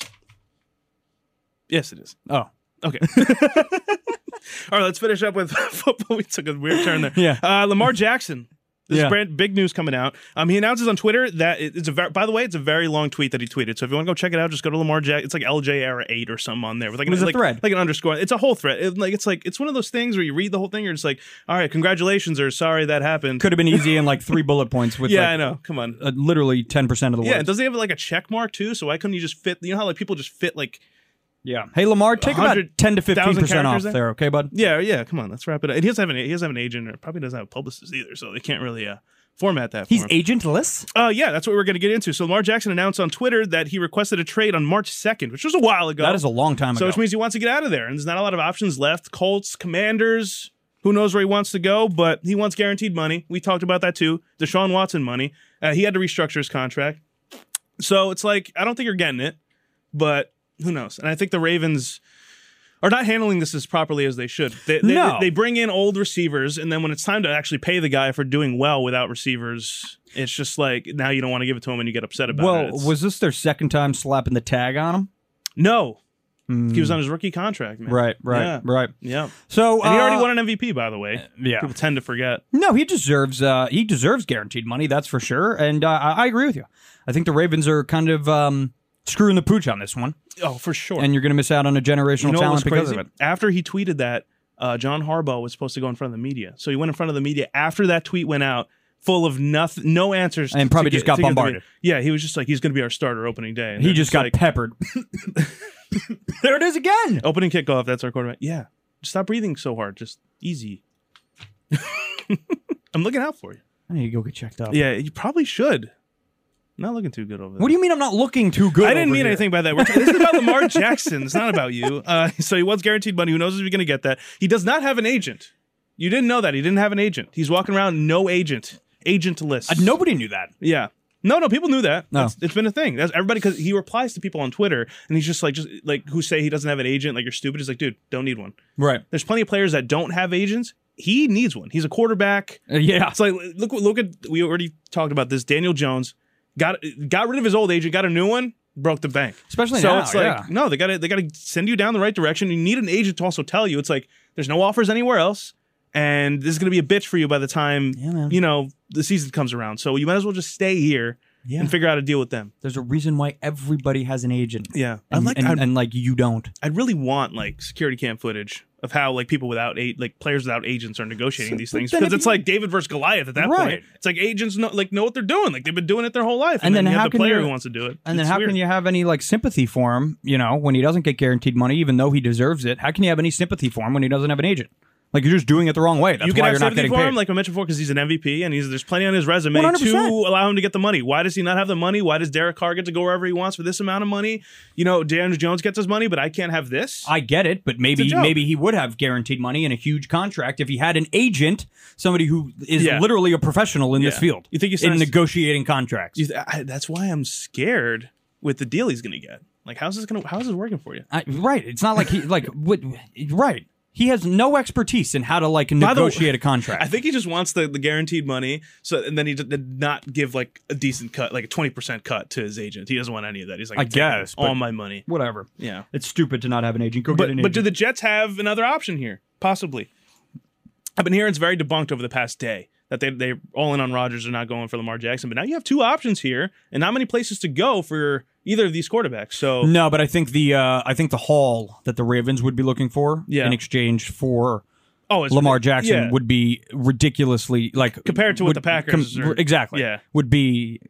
Speaker 3: Yes, it is.
Speaker 4: Oh,
Speaker 3: Okay. All right, let's finish up with football. We took a weird turn there.
Speaker 4: Yeah.
Speaker 3: Uh, Lamar Jackson. This
Speaker 4: Yeah.
Speaker 3: is brand big news coming out. Um, he announces on Twitter that it- it's a. Ver- by the way, it's a very long tweet that he tweeted. So if you want to go check it out, just go to Lamar Jack. It's like LJ era eight or something on there with like, an-
Speaker 4: What is a
Speaker 3: like
Speaker 4: thread?
Speaker 3: like an underscore. It's a whole thread. It- like it's like it's one of those things where you read the whole thing. You're just like, all right, congratulations or sorry that happened.
Speaker 4: could have been easy in like three bullet points with
Speaker 3: yeah,
Speaker 4: like,
Speaker 3: I know. Come on.
Speaker 4: Uh, literally ten percent of the
Speaker 3: Yeah,
Speaker 4: words.
Speaker 3: doesn't he have like a check mark too? So why couldn't you just fit? You know how like people just fit like
Speaker 4: Yeah. Hey Lamar, take about
Speaker 3: 100,000
Speaker 4: ten to fifteen percent off
Speaker 3: characters
Speaker 4: there.
Speaker 3: there?
Speaker 4: okay, bud?
Speaker 3: yeah, yeah. Come on, let's wrap it up. And he doesn't have an he doesn't have an agent or probably doesn't have a publicist either, so they can't really uh, format that. For
Speaker 4: He's
Speaker 3: him.
Speaker 4: agentless.
Speaker 3: Uh, yeah, that's what we're going to get into. So Lamar Jackson announced on Twitter that he requested a trade on March second, which was a while ago.
Speaker 4: That is a long time
Speaker 3: so
Speaker 4: ago.
Speaker 3: which means he wants to get out of there, and there's not a lot of options left. Colts, Commanders. Who knows where he wants to go, but he wants guaranteed money. We talked about that too. Deshaun Watson money. Uh, he had to restructure his contract. So it's like, I don't think you're getting it, but who knows? And I think the Ravens are not handling this as properly as they should. They, they,
Speaker 4: No.
Speaker 3: they bring in old receivers, and then when it's time to actually pay the guy for doing well without receivers, it's just like now you don't want to give it to him and you get upset about
Speaker 4: well,
Speaker 3: it. It's-
Speaker 4: was this their second time slapping the tag on him?
Speaker 3: no. He was on his rookie contract, man.
Speaker 4: Hmm. Right, right,
Speaker 3: Yeah.
Speaker 4: right.
Speaker 3: Yeah. uh,
Speaker 4: So
Speaker 3: And he already
Speaker 4: uh,
Speaker 3: won an MVP, by the way.
Speaker 4: yeah.
Speaker 3: People tend to forget.
Speaker 4: No, he deserves uh, he deserves guaranteed money. That's for sure. And uh, I, I agree with you. I think the Ravens are kind of um, screwing the pooch on this one,
Speaker 3: Oh, for sure.
Speaker 4: and you're going to miss out on a generational
Speaker 3: you know what was
Speaker 4: talent because
Speaker 3: crazy?
Speaker 4: of it.
Speaker 3: After he tweeted that, uh, John Harbaugh was supposed to go in front of the media. So he went in front of the media after that tweet went out, full of nothing, no answers,
Speaker 4: And
Speaker 3: to-
Speaker 4: probably
Speaker 3: to
Speaker 4: just
Speaker 3: get-
Speaker 4: got
Speaker 3: to get the
Speaker 4: bombarded.
Speaker 3: media. yeah, he was just like, he's going to be our starter opening day. And
Speaker 4: He
Speaker 3: they're
Speaker 4: just got
Speaker 3: like,
Speaker 4: peppered. there it is again.
Speaker 3: opening kickoff. That's our quarterback. Yeah, just stop breathing so hard. Just easy. I'm looking out for you.
Speaker 4: I need to go get checked up.
Speaker 3: Yeah, you probably should. Not looking too good over there.
Speaker 4: What do you mean I'm not looking too good?
Speaker 3: I didn't
Speaker 4: over
Speaker 3: mean
Speaker 4: here?
Speaker 3: anything by that. We're this is about Lamar Jackson. It's not about you. Uh, so he wants guaranteed money. Who knows if he's going to get that? He does not have an agent. You didn't know that. He didn't have an agent. He's walking around no agent, agent list.
Speaker 4: Uh, nobody knew that.
Speaker 3: Yeah. No, no, people knew that.
Speaker 4: No.
Speaker 3: That's- it's been a thing. That's everybody because he replies to people on Twitter and he's just like, just like who say he doesn't have an agent. Like you're stupid. He's like, dude, don't need one.
Speaker 4: Right.
Speaker 3: There's plenty of players that don't have agents. He needs one. He's a quarterback.
Speaker 4: Uh, yeah.
Speaker 3: It's like look look at we already talked about this. Daniel Jones got got rid of his old agent, got a new one, broke the bank.
Speaker 4: Especially
Speaker 3: so
Speaker 4: now,
Speaker 3: it's like
Speaker 4: yeah.
Speaker 3: no, they got to they got to send you down the right direction. You need an agent to also tell you. It's like there's no offers anywhere else, and this is gonna be a bitch for you by the time
Speaker 4: man.
Speaker 3: you know the season comes around. So you might as well just stay here
Speaker 4: Yeah.
Speaker 3: and figure out a deal with them.
Speaker 4: There's a reason why everybody has an agent.
Speaker 3: Yeah, I
Speaker 4: And,
Speaker 3: like.
Speaker 4: and,
Speaker 3: I'd,
Speaker 4: and, like you don't.
Speaker 3: I'd really want like security cam footage of how like people without a- like players without agents are negotiating
Speaker 4: So-
Speaker 3: these
Speaker 4: but
Speaker 3: things
Speaker 4: then
Speaker 3: because
Speaker 4: if
Speaker 3: it's
Speaker 4: you-
Speaker 3: like David versus Goliath at that
Speaker 4: Right.
Speaker 3: point. It's like agents know like know what they're doing. Like they've been doing it their whole life, and,
Speaker 4: And
Speaker 3: then,
Speaker 4: then
Speaker 3: you
Speaker 4: how
Speaker 3: have the
Speaker 4: can
Speaker 3: player
Speaker 4: you-
Speaker 3: who wants to do it.
Speaker 4: And then
Speaker 3: It's
Speaker 4: how
Speaker 3: weird.
Speaker 4: can you have any like sympathy for him? You know, when he doesn't get guaranteed money, even though he deserves it. How can you have any sympathy for him when he doesn't have an agent? Like you're just doing it the wrong way. That's
Speaker 3: you can
Speaker 4: why
Speaker 3: have
Speaker 4: you're not
Speaker 3: sympathy
Speaker 4: getting
Speaker 3: for
Speaker 4: paid.
Speaker 3: him, like I mentioned before, because he's an MVP and he's there's plenty on his resume
Speaker 4: 100%.
Speaker 3: to allow him to get the money. Why does he not have the money? Why does Derek Carr get to go wherever he wants for this amount of money? You know, Daniel Jones gets his money, but I can't have this.
Speaker 4: I get it, but maybe
Speaker 3: joke.
Speaker 4: maybe he would have guaranteed money and a huge contract if he had an agent, somebody who is
Speaker 3: Yeah.
Speaker 4: literally a professional in this
Speaker 3: Yeah.
Speaker 4: field.
Speaker 3: You think he
Speaker 4: in
Speaker 3: signs-
Speaker 4: negotiating contracts?
Speaker 3: You th- I, that's why I'm scared with the deal he's going to get. Like, how's this going to? How's this working for you?
Speaker 4: I, right. It's not like he like what, right. He has no expertise in how to like
Speaker 3: By the way-
Speaker 4: negotiate a contract.
Speaker 3: I think he just wants the, the guaranteed money, so and then he did- did not give like a decent cut, like a twenty percent cut to his agent. He doesn't want any of that. He's like,
Speaker 4: I
Speaker 3: "I'm taking
Speaker 4: guess, but-
Speaker 3: all my money.
Speaker 4: whatever.
Speaker 3: Yeah,
Speaker 4: It's stupid to not have an agent. Go get
Speaker 3: but
Speaker 4: an
Speaker 3: but
Speaker 4: agent.
Speaker 3: do the Jets have another option here? Possibly. I've been hearing it's very debunked over the past day that they they all in on Rodgers. They're not going for Lamar Jackson, but now you have two options here, and not many places to go for either of these quarterbacks. So
Speaker 4: no, but I think the uh, I think the haul that the Ravens would be looking for
Speaker 3: Yeah.
Speaker 4: in exchange for
Speaker 3: oh, it's
Speaker 4: Lamar Jackson
Speaker 3: yeah.
Speaker 4: would be ridiculously like
Speaker 3: Compared to what
Speaker 4: would-
Speaker 3: the Packers are-
Speaker 4: exactly
Speaker 3: yeah.
Speaker 4: would be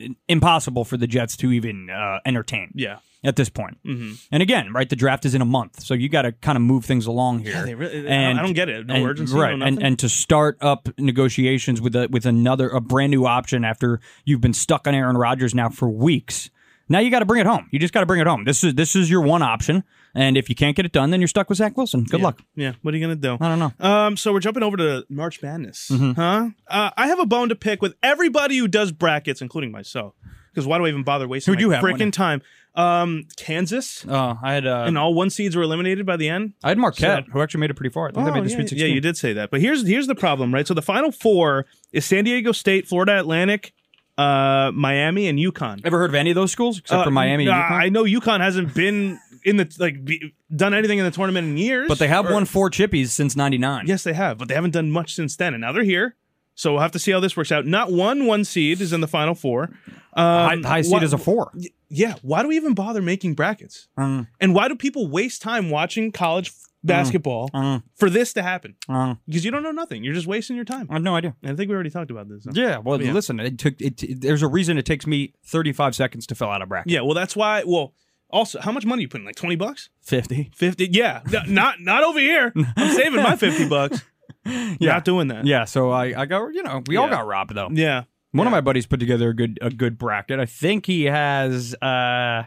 Speaker 4: uh, impossible for the Jets to even uh, entertain
Speaker 3: yeah.
Speaker 4: at this point. Mm-hmm. And again, right, the draft is in a month, so you got to kind of move things along here.
Speaker 3: they really- I don't- I don't get it. No
Speaker 4: and-
Speaker 3: urgency,
Speaker 4: right?
Speaker 3: no
Speaker 4: and
Speaker 3: nothing.
Speaker 4: and to start up negotiations with a with another a brand new option after you've been stuck on Aaron Rodgers now for weeks. Now you got to bring it home. You just got to bring it home. This is this is your one option, and if you can't get it done, then you're stuck with Zach Wilson. Good luck.
Speaker 3: Yeah, what are you gonna do?
Speaker 4: I don't know. Mm-hmm.
Speaker 3: Um, so we're jumping over to March Madness, huh? Uh, I have a bone to pick with everybody who does brackets, including myself. Because why do I even bother wasting
Speaker 4: Who'd you
Speaker 3: my
Speaker 4: have winning?
Speaker 3: freaking time? Um, Kansas
Speaker 4: Oh, I had uh,
Speaker 3: and all one seeds were eliminated by the end.
Speaker 4: I had Marquette, who actually made it pretty far. I think they made the
Speaker 3: Oh, yeah,
Speaker 4: Sweet
Speaker 3: yeah,
Speaker 4: Sixteen.
Speaker 3: you did say that. But here's here's the problem, right? So the final four is San Diego State, Florida Atlantic, uh, Miami, and UConn.
Speaker 4: Ever heard of any of those schools except
Speaker 3: Uh,
Speaker 4: for Miami?
Speaker 3: uh,
Speaker 4: and UConn?
Speaker 3: I know UConn hasn't been in the like be, done anything in the tournament in years,
Speaker 4: but they have
Speaker 3: Or-
Speaker 4: won four chippies since '99.
Speaker 3: Yes, they have, but they haven't done much since then. And now they're here. So we'll have to see how this works out. Not one one seed is in the final four. Um,
Speaker 4: high, high
Speaker 3: why-
Speaker 4: seed is a four.
Speaker 3: Yeah. Why do we even bother making brackets?
Speaker 4: Mm,
Speaker 3: And why do people waste time watching college f- basketball
Speaker 4: mm,
Speaker 3: for this to happen?
Speaker 4: mm.
Speaker 3: Because you don't know nothing. You're just wasting your time.
Speaker 4: I have no idea.
Speaker 3: And I think we already talked about this. huh?
Speaker 4: Mm. Yeah, well,
Speaker 3: Yeah.
Speaker 4: listen, it took. It, it- there's a reason it takes me 35 seconds to fill out a bracket.
Speaker 3: Yeah. Well, that's why. Well, also, how much money you put in? Like twenty bucks,
Speaker 4: 50.
Speaker 3: fifty? Yeah. No, not not over here. I'm saving my fifty bucks.
Speaker 4: Yeah.
Speaker 3: Not doing that.
Speaker 4: Yeah, so I, I got, you know, we all
Speaker 3: Yeah.
Speaker 4: got robbed though.
Speaker 3: Yeah.
Speaker 4: One of my buddies put together a good, a good bracket. I think he has, uh, I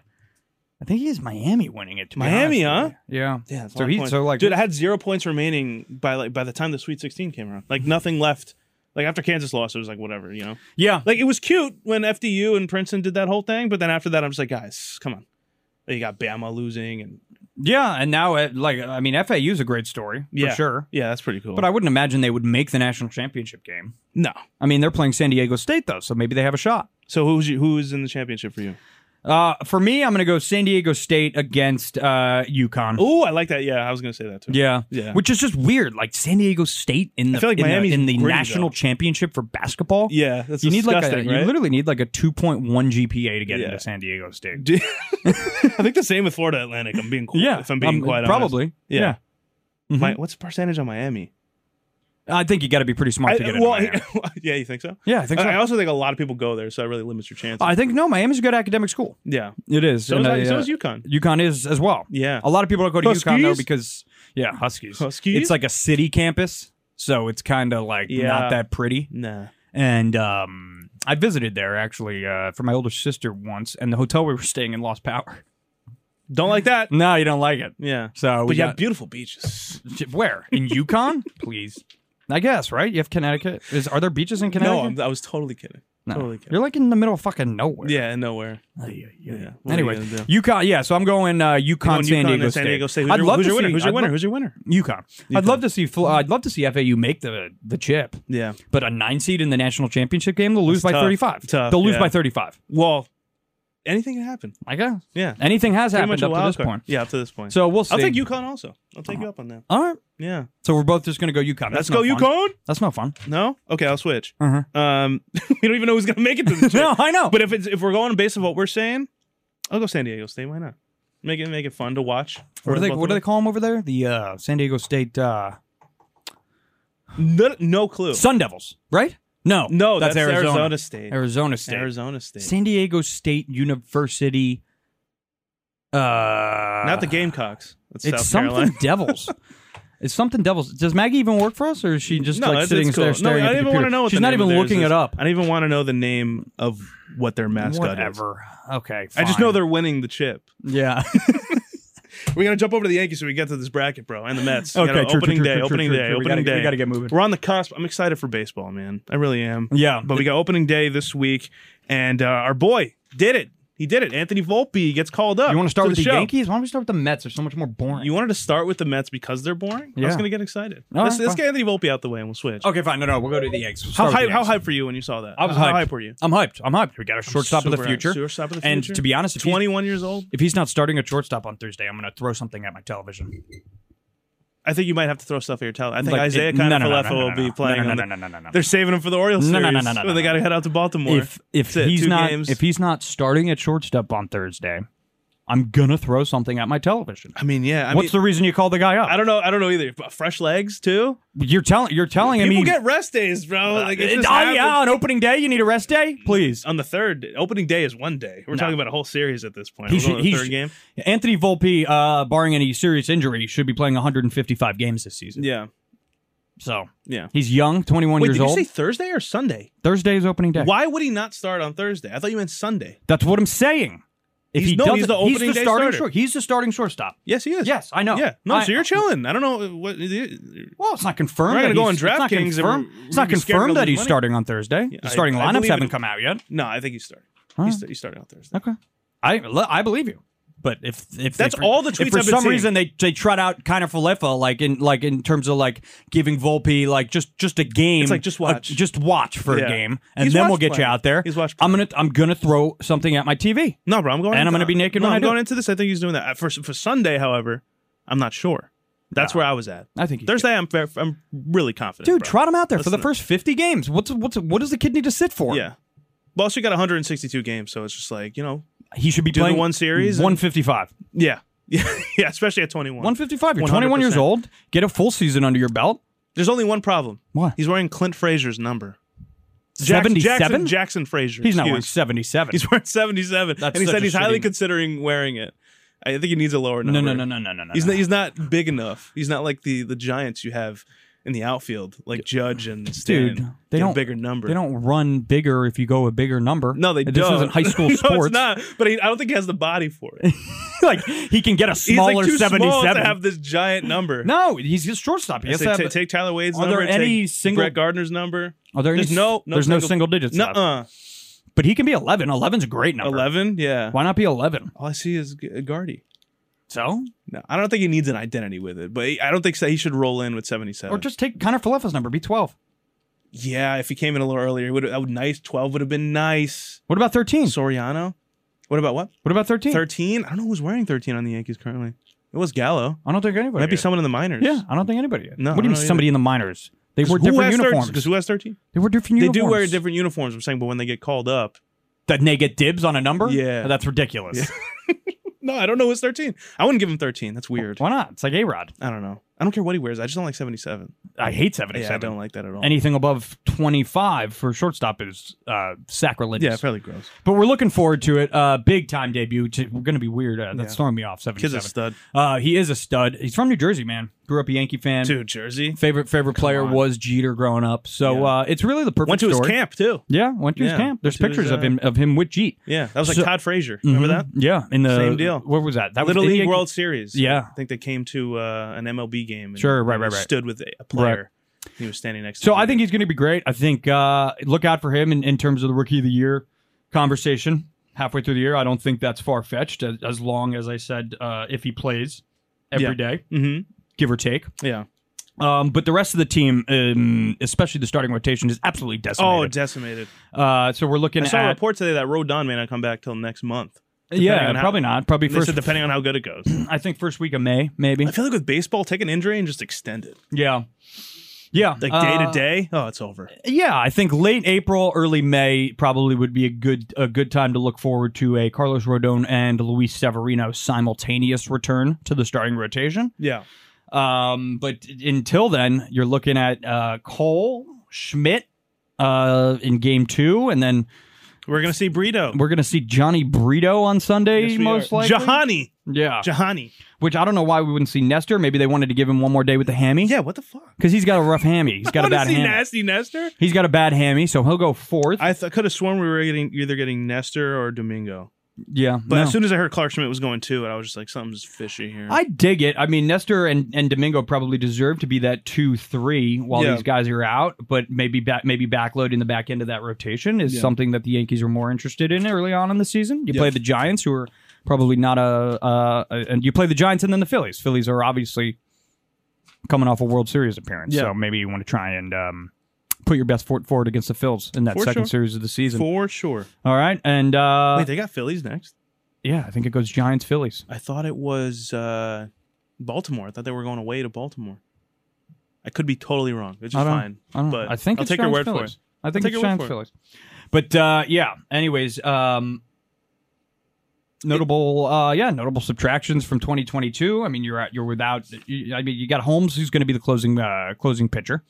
Speaker 4: think he has Miami winning it. To be
Speaker 3: Miami,
Speaker 4: honest with you. Yeah,
Speaker 3: Yeah, it's a
Speaker 4: So
Speaker 3: lot of
Speaker 4: he,
Speaker 3: points.
Speaker 4: so like,
Speaker 3: dude, I had zero points remaining by like by the time the Sweet Sixteen came around. Like nothing left. Like after Kansas lost, it was like whatever, you know.
Speaker 4: yeah,
Speaker 3: Like it was cute when FDU and Princeton did that whole thing, but then after that, I'm just like, guys, come on. Like, you got Bama losing, and
Speaker 4: yeah, and now, it, like, I mean, FAU is a great story
Speaker 3: yeah,
Speaker 4: for sure,
Speaker 3: yeah, that's pretty cool.
Speaker 4: but I wouldn't imagine they would make the national championship game.
Speaker 3: no.
Speaker 4: I mean, they're playing San Diego State though, so maybe they have a shot.
Speaker 3: So who's you, who's in the championship for you?
Speaker 4: Uh, for me, I'm going to go San Diego State against uh, UConn.
Speaker 3: Oh, I like that. Yeah, I was gonna say that too.
Speaker 4: Yeah,
Speaker 3: Yeah.
Speaker 4: Which is just weird. Like San Diego State in the
Speaker 3: feel like
Speaker 4: in the-
Speaker 3: Miami's
Speaker 4: in the,
Speaker 3: gritty,
Speaker 4: national
Speaker 3: though.
Speaker 4: championship for basketball.
Speaker 3: yeah, that's
Speaker 4: you need like a,
Speaker 3: disgusting,
Speaker 4: you
Speaker 3: right?
Speaker 4: literally need like a 2.1 GPA to get
Speaker 3: Yeah.
Speaker 4: into San Diego State.
Speaker 3: I think the same with Florida Atlantic. I'm being cool.
Speaker 4: Yeah,
Speaker 3: if I'm being
Speaker 4: um,
Speaker 3: quite honest.
Speaker 4: probably.
Speaker 3: Yeah.
Speaker 4: Mhm.
Speaker 3: My, what's the percentage on Miami?
Speaker 4: I think you got to be pretty smart to
Speaker 3: I- uh,
Speaker 4: get
Speaker 3: well,
Speaker 4: into Miami.
Speaker 3: yeah, you think so?
Speaker 4: yeah, I think so.
Speaker 3: I
Speaker 4: I,
Speaker 3: also think a lot of people go there, so it really limits your chances.
Speaker 4: think no, Miami's a good academic school.
Speaker 3: yeah.
Speaker 4: It is.
Speaker 3: So,
Speaker 4: and
Speaker 3: is,
Speaker 4: I,
Speaker 3: so
Speaker 4: uh,
Speaker 3: is UConn.
Speaker 4: UConn is as well.
Speaker 3: Yeah.
Speaker 4: A lot of people don't go to UConn though
Speaker 3: Huskies?
Speaker 4: because yeah, Huskies.
Speaker 3: Huskies?
Speaker 4: It's like a city campus, so it's kind of like
Speaker 3: Yeah.
Speaker 4: not that pretty.
Speaker 3: Nah.
Speaker 4: and um I visited there actually uh, for my older sister once, and the hotel we were staying in lost power.
Speaker 3: Don't like that.
Speaker 4: No, you don't like it.
Speaker 3: Mm. Yeah.
Speaker 4: So
Speaker 3: but
Speaker 4: we
Speaker 3: you have
Speaker 4: got-
Speaker 3: beautiful beaches.
Speaker 4: Where in Yukon? Please, I guess right. You have Connecticut. Is are there beaches in Connecticut?
Speaker 3: No, I'm, I was totally kidding. Totally kidding.
Speaker 4: You're like in the middle of fucking nowhere.
Speaker 3: Yeah, nowhere.
Speaker 4: Oh,
Speaker 3: Yeah. What are you
Speaker 4: Anyway,
Speaker 3: gonna do?
Speaker 4: Yukon. Yeah. So I'm going uh, Yukon,
Speaker 3: Going
Speaker 4: San
Speaker 3: UConn
Speaker 4: Diego
Speaker 3: and
Speaker 4: State.
Speaker 3: San Diego State. Who's
Speaker 4: I'd
Speaker 3: your-
Speaker 4: love
Speaker 3: who's
Speaker 4: to
Speaker 3: your
Speaker 4: see
Speaker 3: winner? Who's your
Speaker 4: I'd
Speaker 3: winner?
Speaker 4: lo-
Speaker 3: Who's your winner?
Speaker 4: UConn. I'd love to see. Fl- I'd love to see FAU make the the chip.
Speaker 3: Yeah.
Speaker 4: But a nine seed in the national championship game, they'll lose by
Speaker 3: tough.
Speaker 4: 35.
Speaker 3: Tough,
Speaker 4: they'll lose
Speaker 3: yeah.
Speaker 4: by 35.
Speaker 3: Well, anything can happen.
Speaker 4: I guess.
Speaker 3: Yeah.
Speaker 4: Anything has
Speaker 3: Pretty
Speaker 4: happened
Speaker 3: a
Speaker 4: up to
Speaker 3: wild
Speaker 4: this
Speaker 3: card.
Speaker 4: point.
Speaker 3: Yeah, up to this point.
Speaker 4: So we'll see.
Speaker 3: I'll take UConn also. I'll take you up on that.
Speaker 4: All right.
Speaker 3: Yeah.
Speaker 4: So we're both just going to go UConn.
Speaker 3: Let's
Speaker 4: That's
Speaker 3: go
Speaker 4: no fun.
Speaker 3: UConn.
Speaker 4: That's no fun.
Speaker 3: No. Okay, I'll switch.
Speaker 4: Uh-huh.
Speaker 3: Um, we don't even know who's gonna make it to the chip.
Speaker 4: No, I know.
Speaker 3: But if it's if we're going based on what we're saying, I'll go San Diego State. Why not? Make it make it fun to watch.
Speaker 4: What do they What do they call them over there? The uh, San Diego State uh,
Speaker 3: No, no clue.
Speaker 4: Sun Devils, right? No,
Speaker 3: no,
Speaker 4: that's, Arizona.
Speaker 3: Arizona State.
Speaker 4: Arizona State.
Speaker 3: Arizona State.
Speaker 4: San Diego State University. Uh,
Speaker 3: Not the Gamecocks. That's
Speaker 4: Ah. It's
Speaker 3: South
Speaker 4: something
Speaker 3: Carolina.
Speaker 4: Devils. It's something Devils. Does Maggie even work for us, or is she just
Speaker 3: no,
Speaker 4: like
Speaker 3: it's,
Speaker 4: sitting
Speaker 3: it's cool.
Speaker 4: there staring
Speaker 3: no,
Speaker 4: at
Speaker 3: I
Speaker 4: the
Speaker 3: don't even
Speaker 4: computer?
Speaker 3: want to know. What
Speaker 4: She's
Speaker 3: the
Speaker 4: not
Speaker 3: name
Speaker 4: even
Speaker 3: of theirs
Speaker 4: looking
Speaker 3: is.
Speaker 4: it up.
Speaker 3: I don't even want to know the name of what their mascot is.
Speaker 4: Whatever. Okay.
Speaker 3: I just
Speaker 4: fine.
Speaker 3: know they're winning the chip.
Speaker 4: Yeah.
Speaker 3: We're gonna jump over to the Yankees so we get to this bracket, bro, and the Mets.
Speaker 4: Okay,
Speaker 3: You know,
Speaker 4: true, true,
Speaker 3: opening
Speaker 4: true,
Speaker 3: day,
Speaker 4: true, true,
Speaker 3: opening
Speaker 4: true,
Speaker 3: day,
Speaker 4: true. We
Speaker 3: opening
Speaker 4: gotta get-
Speaker 3: day.
Speaker 4: we gotta get moving.
Speaker 3: We're on the cusp. I'm excited for baseball, man. I really am.
Speaker 4: Yeah.
Speaker 3: but we got opening day this week, and uh, our boy did it. He did it. Anthony Volpe gets called up.
Speaker 4: you want to start
Speaker 3: to
Speaker 4: with
Speaker 3: the,
Speaker 4: the,
Speaker 3: show.
Speaker 4: Yankees? Why don't we start with the Mets? They're so much more boring.
Speaker 3: You wanted to start with the Mets because they're boring. I was
Speaker 4: Yeah.
Speaker 3: gonna get excited.
Speaker 4: All
Speaker 3: let's,
Speaker 4: right,
Speaker 3: let's
Speaker 4: fine.
Speaker 3: get Anthony Volpe out the way, and we'll switch.
Speaker 4: okay, fine. No, no, we'll go to the Yanks. We'll
Speaker 3: How
Speaker 4: start with
Speaker 3: hype,
Speaker 4: the
Speaker 3: how
Speaker 4: Yanks.
Speaker 3: hype were you when you saw that?
Speaker 4: I was
Speaker 3: how,
Speaker 4: hyped.
Speaker 3: how hype were you?
Speaker 4: I'm hyped. I'm hyped. We got a shortstop of the
Speaker 3: Super-
Speaker 4: future.
Speaker 3: Shortstop of the future.
Speaker 4: And to be honest, if he's-
Speaker 3: 21 years old.
Speaker 4: if he's not starting a shortstop on Thursday, I'm going to throw something at my television.
Speaker 3: I think you might have to throw stuff at your talent. I think
Speaker 4: Like,
Speaker 3: Isaiah
Speaker 4: it- no,
Speaker 3: kind
Speaker 4: no,
Speaker 3: of
Speaker 4: no, no, no,
Speaker 3: will
Speaker 4: no,
Speaker 3: be
Speaker 4: no.
Speaker 3: playing.
Speaker 4: No, no,
Speaker 3: on
Speaker 4: no,
Speaker 3: the-
Speaker 4: no, no, no, no.
Speaker 3: They're saving him for the Orioles
Speaker 4: No, no, no,
Speaker 3: series.
Speaker 4: no, no, no,
Speaker 3: when They
Speaker 4: no.
Speaker 3: got to head out to Baltimore.
Speaker 4: If if
Speaker 3: That's it,
Speaker 4: he's
Speaker 3: two
Speaker 4: not
Speaker 3: games.
Speaker 4: if he's not starting at shortstop on Thursday, I'm going to throw something at my television.
Speaker 3: I mean, yeah. I
Speaker 4: What's
Speaker 3: mean,
Speaker 4: the reason you call the guy up?
Speaker 3: I don't know. I don't know either. But fresh legs too.
Speaker 4: You're telling you're telling him
Speaker 3: People
Speaker 4: he-
Speaker 3: get rest days, bro. Like it's
Speaker 4: Uh,
Speaker 3: just
Speaker 4: oh, yeah,
Speaker 3: happened.
Speaker 4: on opening day, you need a rest day, please.
Speaker 3: on the third opening day is one day. We're talking about a whole series at this point.
Speaker 4: He
Speaker 3: We're
Speaker 4: should-
Speaker 3: going to
Speaker 4: he
Speaker 3: the third
Speaker 4: should-
Speaker 3: game.
Speaker 4: Anthony Volpe, uh, barring any serious injury, should be playing 155 games this season.
Speaker 3: Yeah,
Speaker 4: So
Speaker 3: yeah.
Speaker 4: he's young, 21
Speaker 3: Wait,
Speaker 4: years
Speaker 3: did
Speaker 4: old.
Speaker 3: you say Thursday or Sunday?
Speaker 4: Thursday is opening day.
Speaker 3: Why would he not start on Thursday? I thought you meant Sunday.
Speaker 4: That's what I'm saying. If
Speaker 3: He's-
Speaker 4: he
Speaker 3: no,
Speaker 4: doesn't,
Speaker 3: he's the opening day
Speaker 4: starting
Speaker 3: starter.
Speaker 4: short. He's the starting shortstop.
Speaker 3: Yes, he is.
Speaker 4: Yes, I know.
Speaker 3: Yeah, no.
Speaker 4: I-
Speaker 3: so you're chilling. I don't know what.
Speaker 4: Well, it's not
Speaker 3: We're
Speaker 4: confirmed.
Speaker 3: not
Speaker 4: that
Speaker 3: gonna go
Speaker 4: he's-
Speaker 3: on
Speaker 4: it's not
Speaker 3: DraftKings and
Speaker 4: confirmed-
Speaker 3: we're-
Speaker 4: It's
Speaker 3: we're gonna
Speaker 4: not
Speaker 3: be scared
Speaker 4: confirmed
Speaker 3: to
Speaker 4: that
Speaker 3: lose
Speaker 4: he's
Speaker 3: money.
Speaker 4: starting on Thursday.
Speaker 3: I-
Speaker 4: the starting
Speaker 3: I
Speaker 4: lineups
Speaker 3: believe
Speaker 4: haven't
Speaker 3: it.
Speaker 4: come out yet.
Speaker 3: No, I think he's starting.
Speaker 4: right.
Speaker 3: He's, he's starting on Thursday.
Speaker 4: Okay. I le- I believe you. But if if
Speaker 3: That's
Speaker 4: they,
Speaker 3: all the
Speaker 4: if
Speaker 3: tweets
Speaker 4: for
Speaker 3: I've been
Speaker 4: some
Speaker 3: seeing.
Speaker 4: reason they they trot out kind of Falefa like in like in terms of like giving Volpe like just just a game.
Speaker 3: It's like, just
Speaker 4: a-
Speaker 3: watch.
Speaker 4: just watch for
Speaker 3: Yeah.
Speaker 4: a game, and
Speaker 3: He's
Speaker 4: then
Speaker 3: watch
Speaker 4: we'll get you
Speaker 3: plenty.
Speaker 4: out there.
Speaker 3: He's watch
Speaker 4: I'm gonna I'm gonna throw something at my TV.
Speaker 3: No, bro, I'm going.
Speaker 4: And
Speaker 3: into-
Speaker 4: I'm gonna be naked
Speaker 3: No,
Speaker 4: when I
Speaker 3: I'm
Speaker 4: do
Speaker 3: going
Speaker 4: it.
Speaker 3: into this. I think he's doing that for for Sunday. However, I'm not sure. That's where I was at.
Speaker 4: I think he
Speaker 3: Thursday. I'm fair, I'm really confident,
Speaker 4: Dude,
Speaker 3: bro.
Speaker 4: trot him out there for
Speaker 3: Listen
Speaker 4: the
Speaker 3: up.
Speaker 4: first 50 games. What's what's what does the kid need to sit for?
Speaker 3: Yeah. But also, you got 162 games, so it's just like you know,
Speaker 4: he should be
Speaker 3: Do the
Speaker 4: playing
Speaker 3: one series and-
Speaker 4: 155.
Speaker 3: yeah, yeah, yeah. Especially at 21.
Speaker 4: 155. You're 21 years
Speaker 3: 100%.
Speaker 4: old. Get a full season under your belt.
Speaker 3: There's only one problem.
Speaker 4: What?
Speaker 3: He's wearing Clint Frazier's number. Jack-
Speaker 4: 77.
Speaker 3: Jackson, Jackson Frazier.
Speaker 4: He's not wearing
Speaker 3: excuse.
Speaker 4: 77.
Speaker 3: He's wearing 77,
Speaker 4: That's
Speaker 3: and he
Speaker 4: such
Speaker 3: said
Speaker 4: a
Speaker 3: he's highly
Speaker 4: shitty-
Speaker 3: considering wearing it. I think he needs a lower number.
Speaker 4: no, no, no, no, no, no, no.
Speaker 3: He's
Speaker 4: no.
Speaker 3: not. He's not big enough. He's not like the the giants you have in the outfield, like Judge and Stan.
Speaker 4: dude.
Speaker 3: Get
Speaker 4: They don't
Speaker 3: a bigger number.
Speaker 4: They don't run bigger if you go a bigger number.
Speaker 3: No, they
Speaker 4: this
Speaker 3: don't.
Speaker 4: isn't high school
Speaker 3: no,
Speaker 4: sports.
Speaker 3: it's not. But he, I don't think he has the body for it.
Speaker 4: like he can get a
Speaker 3: He's
Speaker 4: smaller
Speaker 3: like too small
Speaker 4: seventy-seven.
Speaker 3: to have this giant number.
Speaker 4: no, he's just shortstop. He
Speaker 3: I
Speaker 4: has
Speaker 3: say
Speaker 4: to have-
Speaker 3: ta- take Tyler Wade's
Speaker 4: Are there
Speaker 3: number. take
Speaker 4: any single-
Speaker 3: Brett Gardner's number?
Speaker 4: Are there any
Speaker 3: there's
Speaker 4: s-
Speaker 3: no, no
Speaker 4: there's no single digits
Speaker 3: No,
Speaker 4: left.
Speaker 3: uh,
Speaker 4: but he can be eleven. 11's a great number.
Speaker 3: eleven. Yeah.
Speaker 4: Why not be eleven?
Speaker 3: All I see is G- Gardy.
Speaker 4: So,
Speaker 3: No, I don't think he needs an identity with it, but he- I don't think so. he should roll in with seventy-seven.
Speaker 4: or just take Connor Falefa's number. Be twelve.
Speaker 3: yeah, if he came in a little earlier, it would that would nice. Twelve would have been nice.
Speaker 4: What about thirteen?
Speaker 3: Soriano. What about what?
Speaker 4: What about thirteen?
Speaker 3: 13? I don't know who's wearing 13 on the Yankees currently. It was Gallo.
Speaker 4: I don't think anybody.
Speaker 3: Might be
Speaker 4: is.
Speaker 3: someone in the minors.
Speaker 4: Oh, Yeah, I don't think anybody. is.
Speaker 3: No,
Speaker 4: what do
Speaker 3: I
Speaker 4: you
Speaker 3: don't
Speaker 4: mean somebody in the minors? They wore different uniforms.
Speaker 3: Because who has 13?
Speaker 4: they wore different
Speaker 3: They
Speaker 4: uniforms.
Speaker 3: do wear different uniforms, I'm saying, but when they get called up.
Speaker 4: That they get dibs on a number.
Speaker 3: Yeah.
Speaker 4: that's ridiculous.
Speaker 3: No, I don't know who's 13. I wouldn't give him 13. That's weird.
Speaker 4: Why not? It's like a Rod.
Speaker 3: I don't know. I don't care what he wears. I just don't like 77.
Speaker 4: I hate
Speaker 3: Yeah,
Speaker 4: 77.
Speaker 3: I don't like that at all.
Speaker 4: Anything above 25 for shortstop is uh, sacrilegious.
Speaker 3: yeah, fairly gross.
Speaker 4: But we're looking forward to it. Uh, big time debut. T- we're going to be weird. Uh, that's
Speaker 3: Yeah.
Speaker 4: throwing me off.
Speaker 3: Kid's a
Speaker 4: Seventy-seven.
Speaker 3: stud.
Speaker 4: Uh, he is a stud. He's from New Jersey, man. Grew up a Yankee fan.
Speaker 3: Dude, Jersey.
Speaker 4: Favorite favorite player
Speaker 3: on.
Speaker 4: was Jeter growing up. So
Speaker 3: Yeah.
Speaker 4: uh, it's really the perfect.
Speaker 3: Went to his
Speaker 4: story.
Speaker 3: camp, too.
Speaker 4: Yeah, went to his
Speaker 3: Yeah,
Speaker 4: camp. There's
Speaker 3: went to his,
Speaker 4: pictures
Speaker 3: uh,
Speaker 4: of him of him with Jeet.
Speaker 3: Yeah, that was like
Speaker 4: So- Mm-hmm.
Speaker 3: Todd Frazier. Remember that?
Speaker 4: Yeah, in the
Speaker 3: Same deal.
Speaker 4: What was that? That
Speaker 3: Little
Speaker 4: was in
Speaker 3: League
Speaker 4: Yankee-
Speaker 3: World Series.
Speaker 4: Yeah.
Speaker 3: I think they came to uh, an MLB game. And
Speaker 4: Sure, right,
Speaker 3: they
Speaker 4: right, right.
Speaker 3: Stood with a player. He was standing next. to
Speaker 4: So I
Speaker 3: him.
Speaker 4: think he's going to be great. I think uh, look out for him in, in terms of the rookie of the year conversation halfway through the year. I don't think that's far fetched as, as long as I said uh, if he plays every
Speaker 3: Yeah.
Speaker 4: day,
Speaker 3: Mm-hmm.
Speaker 4: give or take.
Speaker 3: Yeah.
Speaker 4: Um, but the rest of the team, um, especially the starting rotation, is absolutely
Speaker 3: Oh,
Speaker 4: decimated.
Speaker 3: decimated.
Speaker 4: uh, so we're looking
Speaker 3: I saw a
Speaker 4: at
Speaker 3: report today that Rodon may not come back till next month. depending
Speaker 4: yeah,
Speaker 3: on how-
Speaker 4: probably not. Probably
Speaker 3: They
Speaker 4: first.
Speaker 3: said depending on how good it goes.
Speaker 4: I think first week of May, maybe.
Speaker 3: I feel like with baseball, take an injury and just extend it.
Speaker 4: Yeah, yeah.
Speaker 3: Like day
Speaker 4: Uh,
Speaker 3: to day, oh, it's over.
Speaker 4: Yeah, I think late April, early May probably would be a good a good time to look forward to a Carlos Rodon and Luis Severino simultaneous return to the starting rotation.
Speaker 3: Yeah.
Speaker 4: Um, but until then, you're looking at uh, Cole Schmidt uh, in Game Two, and then
Speaker 3: We're going to see Brito.
Speaker 4: we're gonna see Johnny Brito on Sunday,
Speaker 3: Yes, we
Speaker 4: most
Speaker 3: are.
Speaker 4: likely.
Speaker 3: Jahani.
Speaker 4: yeah,
Speaker 3: Jahani.
Speaker 4: which I don't know why we wouldn't see Nestor. Maybe they wanted to give him one more day with the hammy.
Speaker 3: Yeah, what the fuck?
Speaker 4: because he's got a rough hammy. He's got a
Speaker 3: Wanna
Speaker 4: bad
Speaker 3: see
Speaker 4: hammy.
Speaker 3: Nasty Nestor?
Speaker 4: He's got a bad hammy, so he'll go fourth.
Speaker 3: I th- could have sworn we were getting either getting Nestor or Domingo.
Speaker 4: yeah,
Speaker 3: But
Speaker 4: no.
Speaker 3: as soon as I heard Clark Schmidt was going too, and I was just like, something's fishy here.
Speaker 4: I dig it. I mean, Nestor and, and Domingo probably deserve to be that two three while
Speaker 3: Yeah.
Speaker 4: these guys are out, but maybe back maybe backloading the back end of that rotation is something that the Yankees are more interested in early on in the season. You play the Giants, who are probably not a, uh, a and you play the Giants and then the Phillies. Phillies are obviously coming off a World Series appearance,
Speaker 3: Yeah.
Speaker 4: so maybe you want to try and. Um, Put your best foot forward against the Phils in that
Speaker 3: For
Speaker 4: second
Speaker 3: sure.
Speaker 4: series of the season.
Speaker 3: For sure.
Speaker 4: All right, and uh,
Speaker 3: Wait, they got Phillies next?
Speaker 4: yeah, I think it goes Giants Phillies.
Speaker 3: I thought it was uh, Baltimore. I thought they were going away to Baltimore. I could be totally wrong. It's
Speaker 4: I
Speaker 3: just
Speaker 4: don't-
Speaker 3: fine.
Speaker 4: I don't.
Speaker 3: but
Speaker 4: I think
Speaker 3: I'll
Speaker 4: it's
Speaker 3: take
Speaker 4: Giants
Speaker 3: your word
Speaker 4: Phillies.
Speaker 3: for
Speaker 4: I think
Speaker 3: take
Speaker 4: it's
Speaker 3: your word
Speaker 4: Giants
Speaker 3: for it.
Speaker 4: Phillies. But uh, yeah. Anyways, um, notable. Uh, yeah, notable subtractions from 2022. I mean, you're at, you're without. You, I mean, you got Holmes, who's going to be the closing uh, closing pitcher,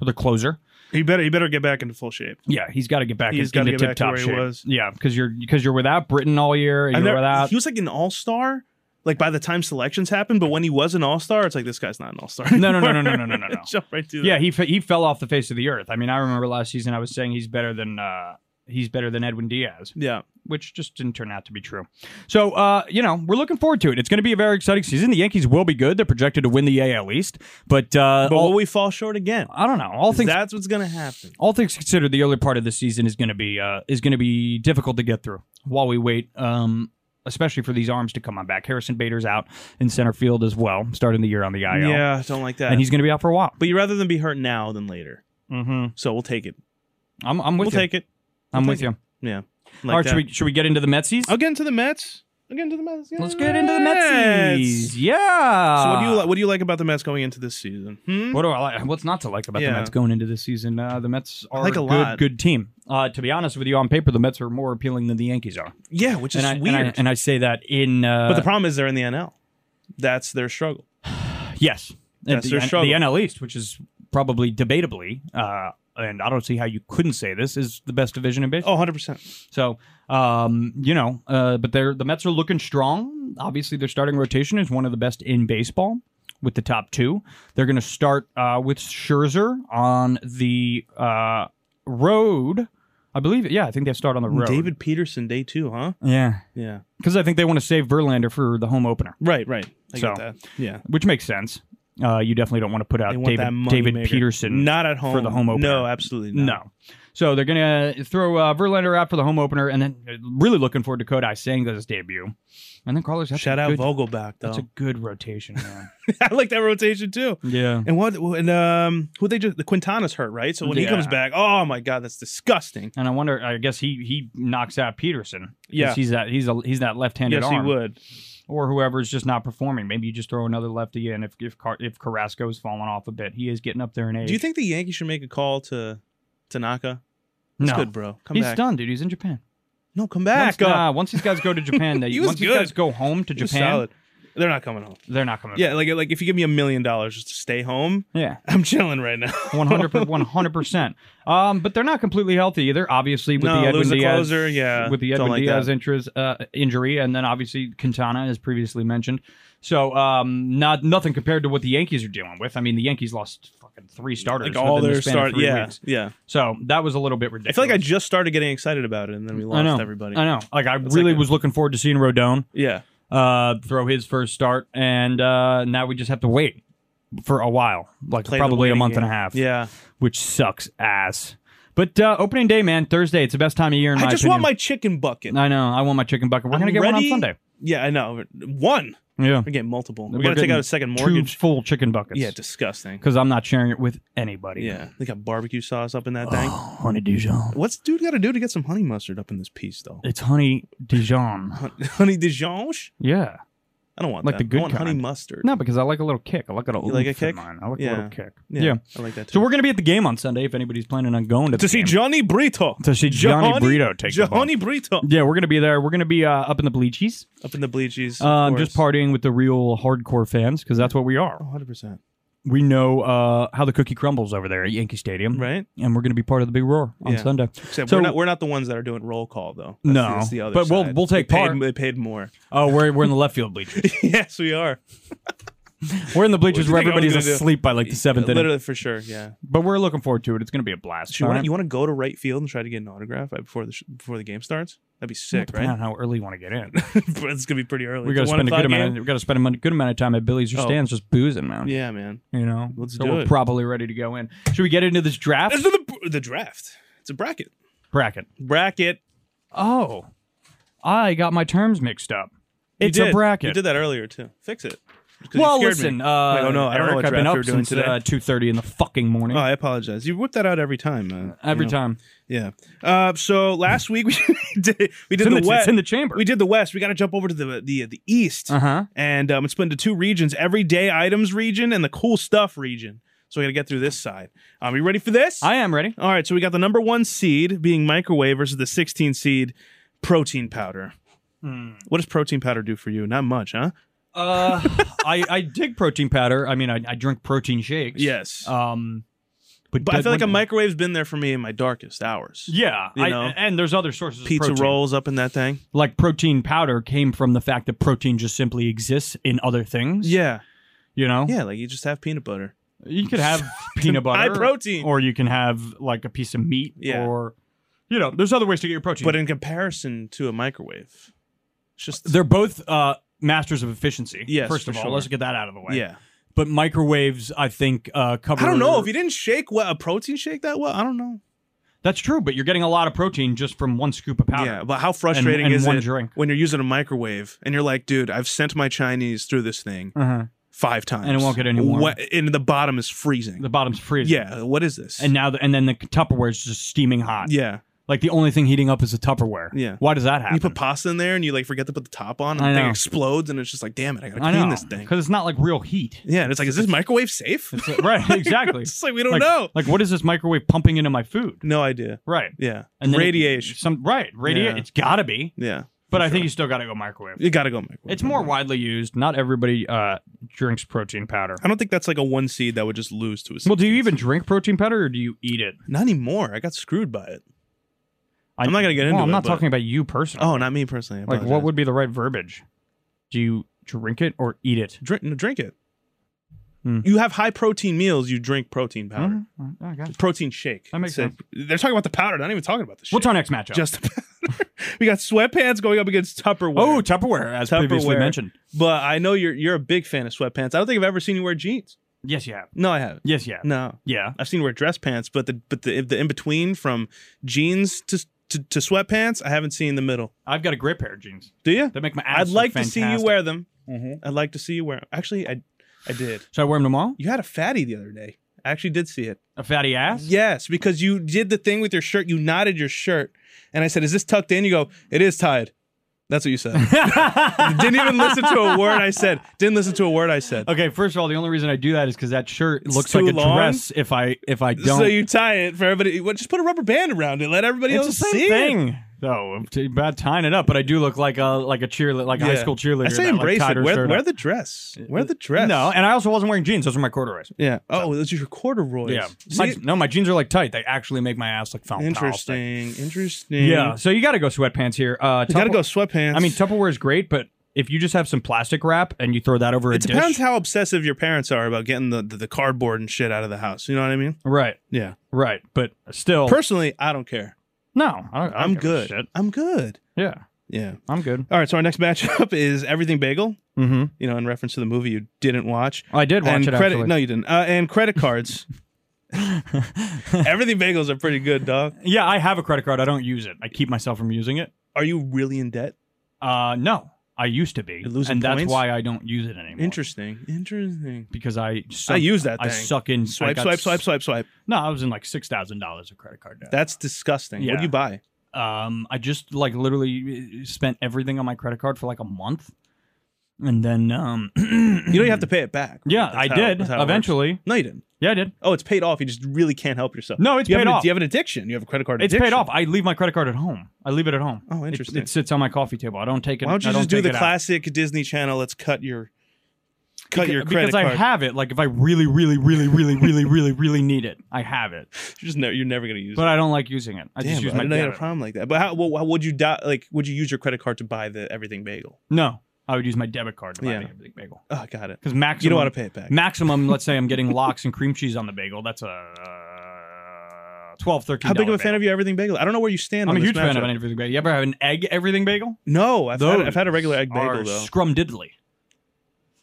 Speaker 4: or the closer.
Speaker 3: it. He better he better get back into full shape.
Speaker 4: Yeah, he's got to get back
Speaker 3: He's
Speaker 4: in,
Speaker 3: gotta
Speaker 4: into
Speaker 3: get
Speaker 4: tip
Speaker 3: back to
Speaker 4: top
Speaker 3: where he
Speaker 4: shape.
Speaker 3: was.
Speaker 4: Yeah, because you're because you're without Britain all year. and
Speaker 3: I've
Speaker 4: You're
Speaker 3: never-
Speaker 4: without.
Speaker 3: he was like an all star, like by the time selections happened, but when he was an all star, it's like this guy's not an all star.
Speaker 4: No, no, no, no, no, no, no, no, no.
Speaker 3: Jump right to
Speaker 4: yeah, he fe- he fell off the face of the earth. I mean, I remember last season I was saying he's better than uh, he's better than Edwin Diaz.
Speaker 3: Yeah.
Speaker 4: which just didn't turn out to be true. So, uh, you know, we're looking forward to it. It's going to be a very exciting season. The Yankees will be good. They're projected to win the AL East, but, uh,
Speaker 3: But
Speaker 4: all-
Speaker 3: will we fall short again?
Speaker 4: I don't know. All things
Speaker 3: That's what's gonna happen.
Speaker 4: all things considered, the early part of the season is going to be uh, is going to be difficult to get through while we wait. Um, especially for these arms to come on back. Harrison Bader's out in center field as well, starting the year on the IL.
Speaker 3: Yeah, don't like that.
Speaker 4: and he's going to be out for a while.
Speaker 3: but you rather than be hurt now than later.
Speaker 4: Mm-hmm.
Speaker 3: So we'll take it.
Speaker 4: I'm, I'm with
Speaker 3: We'll
Speaker 4: you.
Speaker 3: take it.
Speaker 4: I'm
Speaker 3: we'll
Speaker 4: with
Speaker 3: take
Speaker 4: you.
Speaker 3: Yeah.
Speaker 4: all
Speaker 3: Like
Speaker 4: right,
Speaker 3: that.
Speaker 4: should we should we get into the Metsies?
Speaker 3: I'll get into the Mets. I'll get into the Mets.
Speaker 4: Let's get into the Ah.
Speaker 3: Mets.
Speaker 4: Metsies. Yeah.
Speaker 3: So what do you like? What do you like about the Mets going into this season? Hmm?
Speaker 4: What do I like? What's not to like about the
Speaker 3: Yeah.
Speaker 4: Mets going into this season? Uh, the Mets are
Speaker 3: like
Speaker 4: a
Speaker 3: a
Speaker 4: good,
Speaker 3: lot.
Speaker 4: good team. Uh, to be honest with you, on paper, the Mets are more appealing than the Yankees are,
Speaker 3: Yeah, which is
Speaker 4: and I, and
Speaker 3: weird.
Speaker 4: I and I say that in uh,
Speaker 3: but the problem is they're in the NL. That's their struggle.
Speaker 4: yes,
Speaker 3: That's
Speaker 4: the,
Speaker 3: their
Speaker 4: N-
Speaker 3: struggle.
Speaker 4: the NL East, which is probably debatably, uh, and I don't see how you couldn't say this is the best division in baseball.
Speaker 3: Oh, 100%.
Speaker 4: So, um, you know, uh, but they're the Mets are looking strong. Obviously, their starting rotation is one of the best in baseball. With the top two, they're going to start uh, with Scherzer on the uh, road. I believe, yeah, I think they start on the road.
Speaker 3: David Peterson, day two, huh?
Speaker 4: yeah,
Speaker 3: Yeah.
Speaker 4: because I think they want to save Verlander for the home opener,
Speaker 3: Right, right. I
Speaker 4: So,
Speaker 3: get that. Yeah.
Speaker 4: which makes sense. Uh, you definitely don't want to put out
Speaker 3: They want that
Speaker 4: David
Speaker 3: money
Speaker 4: David
Speaker 3: maker.
Speaker 4: Peterson
Speaker 3: Not at home.
Speaker 4: for the home opener.
Speaker 3: No, absolutely not.
Speaker 4: No. So they're going to throw uh, Verlander out for the home opener, and then uh, really looking forward to Kodai saying that his debut. And then Carlos, that's
Speaker 3: Shout
Speaker 4: a
Speaker 3: out
Speaker 4: good,
Speaker 3: Vogelback, though.
Speaker 4: That's a good rotation, man.
Speaker 3: I like that rotation, too.
Speaker 4: yeah.
Speaker 3: And what? And um, who they just? The Quintana's hurt, right? So when he
Speaker 4: Yeah.
Speaker 3: comes back, oh my god, that's disgusting.
Speaker 4: And I wonder. I guess he he knocks out Peterson. 'cause
Speaker 3: Yeah.
Speaker 4: he's that he's a he's that left-handed
Speaker 3: yes,
Speaker 4: arm,
Speaker 3: he would.
Speaker 4: or whoever's just not performing. Maybe you just throw another lefty in if if Car- if Carrasco's falling off a bit. He is getting up there in age.
Speaker 3: Do you think the Yankees should make a call to Tanaka? It's
Speaker 4: no.
Speaker 3: good, bro. Come
Speaker 4: he's
Speaker 3: back.
Speaker 4: done, dude. He's in Japan.
Speaker 3: No, come
Speaker 4: Once,
Speaker 3: back.
Speaker 4: nah, once these guys go to Japan, they
Speaker 3: He was
Speaker 4: once these
Speaker 3: good.
Speaker 4: guys go home to
Speaker 3: He was
Speaker 4: Japan,
Speaker 3: solid. They're not coming home.
Speaker 4: They're not coming.
Speaker 3: Yeah, like like if you give me a million dollars just to stay home,
Speaker 4: Yeah.
Speaker 3: I'm chilling right now.
Speaker 4: 100 percent. Um, but they're not completely healthy either. Obviously, with
Speaker 3: No,
Speaker 4: the Edwin
Speaker 3: lose the
Speaker 4: Diaz,
Speaker 3: closer, yeah,
Speaker 4: with the
Speaker 3: something
Speaker 4: Edwin
Speaker 3: like
Speaker 4: Diaz
Speaker 3: that.
Speaker 4: interest, uh, injury, and then obviously Quintana, as previously mentioned. So, um, not nothing compared to what the Yankees are dealing with. I mean, the Yankees lost fucking three starters,
Speaker 3: like all
Speaker 4: within the
Speaker 3: their
Speaker 4: span
Speaker 3: start,
Speaker 4: of three
Speaker 3: yeah,
Speaker 4: weeks.
Speaker 3: yeah.
Speaker 4: So that was a little bit
Speaker 3: I
Speaker 4: ridiculous.
Speaker 3: feel like I just started getting excited about it, and then we
Speaker 4: I
Speaker 3: lost
Speaker 4: know
Speaker 3: everybody.
Speaker 4: I know. Like I really
Speaker 3: like a-
Speaker 4: was looking forward to seeing Rodon
Speaker 3: Yeah,
Speaker 4: uh, throw his first start, and uh, now we just have to wait for a while, like
Speaker 3: Play the
Speaker 4: probably a
Speaker 3: waiting
Speaker 4: month and a
Speaker 3: game.
Speaker 4: half.
Speaker 3: Yeah,
Speaker 4: which sucks ass. But uh, opening day, man, Thursday. It's the best time of year in my
Speaker 3: I just
Speaker 4: opinion.
Speaker 3: want my chicken bucket.
Speaker 4: I know. I want my chicken bucket. We're
Speaker 3: I'm
Speaker 4: gonna get
Speaker 3: ready-
Speaker 4: one on Sunday.
Speaker 3: Yeah, I know. One.
Speaker 4: Yeah,
Speaker 3: We're getting multiple.
Speaker 4: We're
Speaker 3: We're, gonna take
Speaker 4: getting
Speaker 3: out a second
Speaker 4: Two
Speaker 3: mortgage.
Speaker 4: full chicken buckets.
Speaker 3: Yeah, disgusting.
Speaker 4: because I'm not sharing it with anybody.
Speaker 3: Yeah, they got barbecue sauce up in that thing.
Speaker 4: honey Dijon.
Speaker 3: What's dude got to do to get some honey mustard up in this piece though?
Speaker 4: It's honey Dijon.
Speaker 3: Hun- honey Dijon?
Speaker 4: Yeah.
Speaker 3: I don't want that.
Speaker 4: Like the good
Speaker 3: I want honey
Speaker 4: kind.
Speaker 3: mustard.
Speaker 4: No, because I like a little kick. I like a little
Speaker 3: You like a
Speaker 4: oomph in
Speaker 3: kick?
Speaker 4: Mine. I like a
Speaker 3: Yeah.
Speaker 4: little kick.
Speaker 3: Yeah, I like that too.
Speaker 4: So we're gonna be at the game on Sunday if anybody's planning on going to the
Speaker 3: to see
Speaker 4: game.
Speaker 3: Johnny Brito.
Speaker 4: To see Johnny Brito take the ball.
Speaker 3: Johnny Brito
Speaker 4: yeah, we're gonna be there. We're gonna be uh, up in the bleachies.
Speaker 3: up in the bleachies. of
Speaker 4: Um, just
Speaker 3: course.
Speaker 4: partying with the real hardcore fans because that's what we
Speaker 3: Oh,
Speaker 4: are.
Speaker 3: 100%.
Speaker 4: we know uh, how the cookie crumbles over there at Yankee Stadium,
Speaker 3: Right?
Speaker 4: And we're going to be part of the big roar on
Speaker 3: Yeah.
Speaker 4: Sunday.
Speaker 3: Except
Speaker 4: so
Speaker 3: we're not we're not the ones that are doing roll call though. That's,
Speaker 4: No,
Speaker 3: that's the other
Speaker 4: but we'll-
Speaker 3: side.
Speaker 4: we'll take
Speaker 3: they paid,
Speaker 4: part.
Speaker 3: They paid more.
Speaker 4: oh, we're we're in the left field bleachers.
Speaker 3: yes, we are.
Speaker 4: we're in the bleachers
Speaker 3: you
Speaker 4: where
Speaker 3: think I was
Speaker 4: everybody's
Speaker 3: gonna do?
Speaker 4: asleep by like the seventh inning.
Speaker 3: Literally for sure. Yeah.
Speaker 4: But we're looking forward to it. It's going to be a blast.
Speaker 3: So you want
Speaker 4: Alright?
Speaker 3: you want to go to right field and try to get an autograph right before the sh- before the game starts? That'd be sick,
Speaker 4: Depending on
Speaker 3: right?
Speaker 4: how early you want to get in.
Speaker 3: But it's gonna be pretty early.
Speaker 4: we got to
Speaker 3: It's one
Speaker 4: spend a good
Speaker 3: o'clock
Speaker 4: amount.
Speaker 3: game?
Speaker 4: Of, we got to spend a mon- good amount of time at Billy's or
Speaker 3: Oh.
Speaker 4: stands just boozing, man.
Speaker 3: Yeah, man.
Speaker 4: You know,
Speaker 3: Let's
Speaker 4: so
Speaker 3: do
Speaker 4: we're
Speaker 3: it.
Speaker 4: probably ready to go in. Should we get into this draft
Speaker 3: This is the the draft. It's a bracket.
Speaker 4: bracket?
Speaker 3: Bracket.
Speaker 4: Oh, I got my terms mixed up.
Speaker 3: You
Speaker 4: It's
Speaker 3: did.
Speaker 4: a bracket.
Speaker 3: You did that earlier too. Fix it. 'Cause you
Speaker 4: Well,
Speaker 3: scared
Speaker 4: listen.
Speaker 3: me.
Speaker 4: Uh,
Speaker 3: Like, oh no, I don't
Speaker 4: Eric,
Speaker 3: know what
Speaker 4: I've been
Speaker 3: draft
Speaker 4: up
Speaker 3: you're doing
Speaker 4: since
Speaker 3: today.
Speaker 4: uh, two thirty in the fucking morning.
Speaker 3: oh, I apologize. You whip that out every time. Uh,
Speaker 4: Every
Speaker 3: you know.
Speaker 4: time.
Speaker 3: Yeah. Uh, so last week we did we did
Speaker 4: in
Speaker 3: the,
Speaker 4: the-
Speaker 3: west.
Speaker 4: it's in the chamber.
Speaker 3: We did the west. We got to jump over to the the the east.
Speaker 4: Uh-huh.
Speaker 3: And um, it's split into two regions: everyday items region and the cool stuff region. So we got to get through this side. Um, you ready for this?
Speaker 4: I am ready.
Speaker 3: All right. So we got the number one seed being microwave versus the 16 seed protein powder. What does protein powder do for you? Not much, huh?
Speaker 4: Uh, I, I dig protein powder. I mean, I, I drink protein shakes.
Speaker 3: Yes.
Speaker 4: Um, but,
Speaker 3: But I
Speaker 4: that-
Speaker 3: feel like a
Speaker 4: when-
Speaker 3: microwave's been there for me in my darkest hours.
Speaker 4: Yeah,
Speaker 3: you
Speaker 4: I-
Speaker 3: know.
Speaker 4: and there's other sources.
Speaker 3: Pizza
Speaker 4: of protein.
Speaker 3: rolls up in that thing.
Speaker 4: like protein powder, came from the fact that protein just simply exists in other things.
Speaker 3: Yeah.
Speaker 4: you know.
Speaker 3: Yeah, like you just have peanut butter.
Speaker 4: you could have peanut butter,
Speaker 3: High protein.
Speaker 4: or you can have like a piece of meat,
Speaker 3: Yeah.
Speaker 4: or you know, there's other ways to get your protein.
Speaker 3: But in comparison to a microwave, it's just
Speaker 4: they're both uh, masters of efficiency.
Speaker 3: Yes,
Speaker 4: first
Speaker 3: for
Speaker 4: of all,
Speaker 3: sure.
Speaker 4: let's get that out of the way.
Speaker 3: yeah.
Speaker 4: but microwaves, I think, uh, cover.
Speaker 3: I don't know if you didn't shake well, a protein shake that well. I don't know.
Speaker 4: That's true, but you're getting a lot of protein just from one scoop of powder.
Speaker 3: Yeah, but how frustrating
Speaker 4: and
Speaker 3: is
Speaker 4: one
Speaker 3: it
Speaker 4: drink.
Speaker 3: when you're using a microwave and you're like, dude, I've sent my Chinese through this thing
Speaker 4: Uh-huh.
Speaker 3: five times
Speaker 4: And it won't get any warmer.
Speaker 3: What- and the bottom is freezing.
Speaker 4: The bottom's freezing.
Speaker 3: yeah, what is this?
Speaker 4: And now, the, and then the Tupperware is just steaming hot.
Speaker 3: yeah,
Speaker 4: Like the only thing heating up is the Tupperware.
Speaker 3: Yeah.
Speaker 4: Why does that happen?
Speaker 3: you put pasta in there and you like forget to put the top on, and
Speaker 4: I
Speaker 3: the thing
Speaker 4: know.
Speaker 3: explodes, and it's just like, damn it, I gotta
Speaker 4: I
Speaker 3: clean
Speaker 4: know
Speaker 3: this thing.
Speaker 4: because it's not like real heat.
Speaker 3: Yeah, and it's like, is this microwave safe?
Speaker 4: right. Exactly.
Speaker 3: It's like, we don't know.
Speaker 4: Like what is this microwave pumping into my food?
Speaker 3: no idea.
Speaker 4: Right.
Speaker 3: Yeah,
Speaker 4: And then it-
Speaker 3: radiation.
Speaker 4: some right. Radiation.
Speaker 3: Yeah.
Speaker 4: It's gotta be.
Speaker 3: yeah,
Speaker 4: But I think you still gotta go microwave.
Speaker 3: you gotta go microwave.
Speaker 4: It's more widely used. Not everybody uh, drinks protein powder.
Speaker 3: I don't think that's like a one seed that would just lose to a.
Speaker 4: Well, do you
Speaker 3: seed.
Speaker 4: even drink protein powder or do you eat it?
Speaker 3: Not anymore. I got screwed by it.
Speaker 4: I,
Speaker 3: I'm not gonna get
Speaker 4: well,
Speaker 3: into
Speaker 4: I'm
Speaker 3: it,
Speaker 4: not
Speaker 3: but-
Speaker 4: talking about you personally.
Speaker 3: Oh, not me personally. I
Speaker 4: like what
Speaker 3: apologize.
Speaker 4: would be the right verbiage? Do you drink it or eat it?
Speaker 3: drink? no, Drink it.
Speaker 4: Hmm.
Speaker 3: You have high protein meals. You drink protein powder,
Speaker 4: I got it.
Speaker 3: protein shake.
Speaker 4: Hmm. That makes
Speaker 3: It's a- They're talking about the powder. They're not even talking about the shake.
Speaker 4: What's our next matchup?
Speaker 3: Just the powder. we got sweatpants going up against Tupperware.
Speaker 4: oh Tupperware, as previously
Speaker 3: Tupperware.
Speaker 4: mentioned.
Speaker 3: But I know you're you're a big fan of sweatpants. I don't think I've ever seen you wear jeans.
Speaker 4: Yes, you have.
Speaker 3: No, I haven't.
Speaker 4: Yes, you have.
Speaker 3: No,
Speaker 4: Yeah.
Speaker 3: I've seen you wear dress pants, but the but the the in between from jeans to, to to sweatpants, I haven't seen the middle.
Speaker 4: I've got a great pair of jeans.
Speaker 3: Do you?
Speaker 4: They make my ass
Speaker 3: I'd
Speaker 4: look
Speaker 3: like to see you
Speaker 4: fantastic. Mm-hmm.
Speaker 3: wear them. I'd like to see you wear them. Actually, I I did.
Speaker 4: Should I wear them tomorrow?
Speaker 3: You had a fatty the other day. I actually did see it.
Speaker 4: A fatty ass?
Speaker 3: Yes, because you did the thing with your shirt. You knotted your shirt, and I said, "Is this tucked in?" You go, "It is tied." That's what you said. didn't even listen to a word I said. Didn't listen to a word I said.
Speaker 4: Okay, first of all, the only reason I do that is because that shirt looks
Speaker 3: too
Speaker 4: like a
Speaker 3: long.
Speaker 4: dress. If I if I don't,
Speaker 3: So you tie it for everybody. Well, just put a rubber band around it. Let everybody
Speaker 4: it's the
Speaker 3: else
Speaker 4: same
Speaker 3: see it.
Speaker 4: thing. So I'm t- about tying it up, but I do look like a like a cheerleader, like a high
Speaker 3: Yeah.
Speaker 4: school cheerleader.
Speaker 3: I say
Speaker 4: that, like,
Speaker 3: embrace
Speaker 4: tied
Speaker 3: it.
Speaker 4: her
Speaker 3: Wear,
Speaker 4: shirt
Speaker 3: wear
Speaker 4: up. Uh,
Speaker 3: the dress. Wear the dress.
Speaker 4: no, and I also wasn't wearing jeans. Those were my corduroys.
Speaker 3: yeah. Oh, those are your corduroys.
Speaker 4: Yeah,
Speaker 3: See?
Speaker 4: my, no, my jeans are like tight. They actually make my ass look fountain.
Speaker 3: interesting. Interesting.
Speaker 4: Yeah, so you got to go sweatpants here. Uh,
Speaker 3: You gotta
Speaker 4: Tupper-
Speaker 3: go sweatpants.
Speaker 4: I mean, Tupperware is great, but if you just have some plastic wrap and you throw that over
Speaker 3: it
Speaker 4: a
Speaker 3: depends
Speaker 4: dish,
Speaker 3: how obsessive your parents are about getting the, the, the cardboard and shit out of the house. You know what I mean?
Speaker 4: right,
Speaker 3: Yeah.
Speaker 4: right, but still,
Speaker 3: Personally, I don't care.
Speaker 4: no, I don't, I
Speaker 3: I'm
Speaker 4: don't give a
Speaker 3: good.
Speaker 4: shit.
Speaker 3: I'm good.
Speaker 4: Yeah,
Speaker 3: Yeah.
Speaker 4: I'm good.
Speaker 3: All right. So our next matchup is Everything Bagel.
Speaker 4: Mm-hmm.
Speaker 3: You know, in reference to the movie you didn't watch.
Speaker 4: I did watch
Speaker 3: and
Speaker 4: it.
Speaker 3: credit,
Speaker 4: actually.
Speaker 3: No, you didn't. Uh, and credit cards. Everything bagels are pretty good, dog.
Speaker 4: Yeah, I have a credit card. I don't use it. I keep myself from using it.
Speaker 3: Are you really in debt?
Speaker 4: Uh, no, I used to be,
Speaker 3: You're losing
Speaker 4: and that's
Speaker 3: points?
Speaker 4: why I don't use it anymore.
Speaker 3: Interesting. Interesting.
Speaker 4: Because I suck,
Speaker 3: I use that
Speaker 4: I
Speaker 3: thing.
Speaker 4: suck in I
Speaker 3: Swipe,
Speaker 4: got
Speaker 3: swipe,
Speaker 4: s-
Speaker 3: swipe, swipe, swipe.
Speaker 4: No, I was in like six thousand dollars of credit card debt.
Speaker 3: That's disgusting. What
Speaker 4: Yeah.
Speaker 3: do you buy?
Speaker 4: um, I just like literally uh, spent everything on my credit card for like a month, and then um,
Speaker 3: You know you have to pay it back. right?
Speaker 4: Yeah,
Speaker 3: That's
Speaker 4: I
Speaker 3: how-
Speaker 4: did
Speaker 3: that's how it works.
Speaker 4: eventually.
Speaker 3: No, you didn't.
Speaker 4: Yeah, I did.
Speaker 3: Oh, it's paid off. You just really can't help yourself.
Speaker 4: No, it's
Speaker 3: you have
Speaker 4: paid
Speaker 3: an-
Speaker 4: off.
Speaker 3: You have an addiction. You have a credit card
Speaker 4: It's
Speaker 3: addiction.
Speaker 4: paid off. I leave my credit card at home. I leave it at home.
Speaker 3: Oh,
Speaker 4: It-
Speaker 3: interesting.
Speaker 4: It, sits on my coffee table. I don't take it.
Speaker 3: Why don't you
Speaker 4: I
Speaker 3: just do
Speaker 4: take
Speaker 3: the
Speaker 4: it out.
Speaker 3: classic Disney Channel? Let's cut your cut
Speaker 4: Beca-
Speaker 3: your credit
Speaker 4: because
Speaker 3: card.
Speaker 4: I have it. Like if I really, really, really, really, really, really, really need it, I have it.
Speaker 3: you're just never, you're never gonna use.
Speaker 4: But
Speaker 3: it.
Speaker 4: I don't like using it. I
Speaker 3: Damn,
Speaker 4: just use
Speaker 3: bro, I
Speaker 4: my
Speaker 3: didn't know you had a
Speaker 4: debit.
Speaker 3: problem like that. But how, well, how would you di- like? Would you use your credit card to buy the everything bagel?
Speaker 4: No, I would use my debit card to buy
Speaker 3: Yeah.
Speaker 4: the everything bagel.
Speaker 3: Oh, I got it.
Speaker 4: Because maximum,
Speaker 3: You don't want to pay it back.
Speaker 4: Maximum, let's say I'm getting lox and cream cheese on the bagel. That's a uh, 12 13
Speaker 3: How big of a fan of your everything bagel? I don't know where you stand. on
Speaker 4: I'm a
Speaker 3: this
Speaker 4: huge fan of
Speaker 3: matchup.
Speaker 4: an everything bagel. You ever have an egg everything bagel?
Speaker 3: No, I've had,
Speaker 4: Those
Speaker 3: I've had a regular egg
Speaker 4: are
Speaker 3: bagel though.
Speaker 4: Scrumdiddly.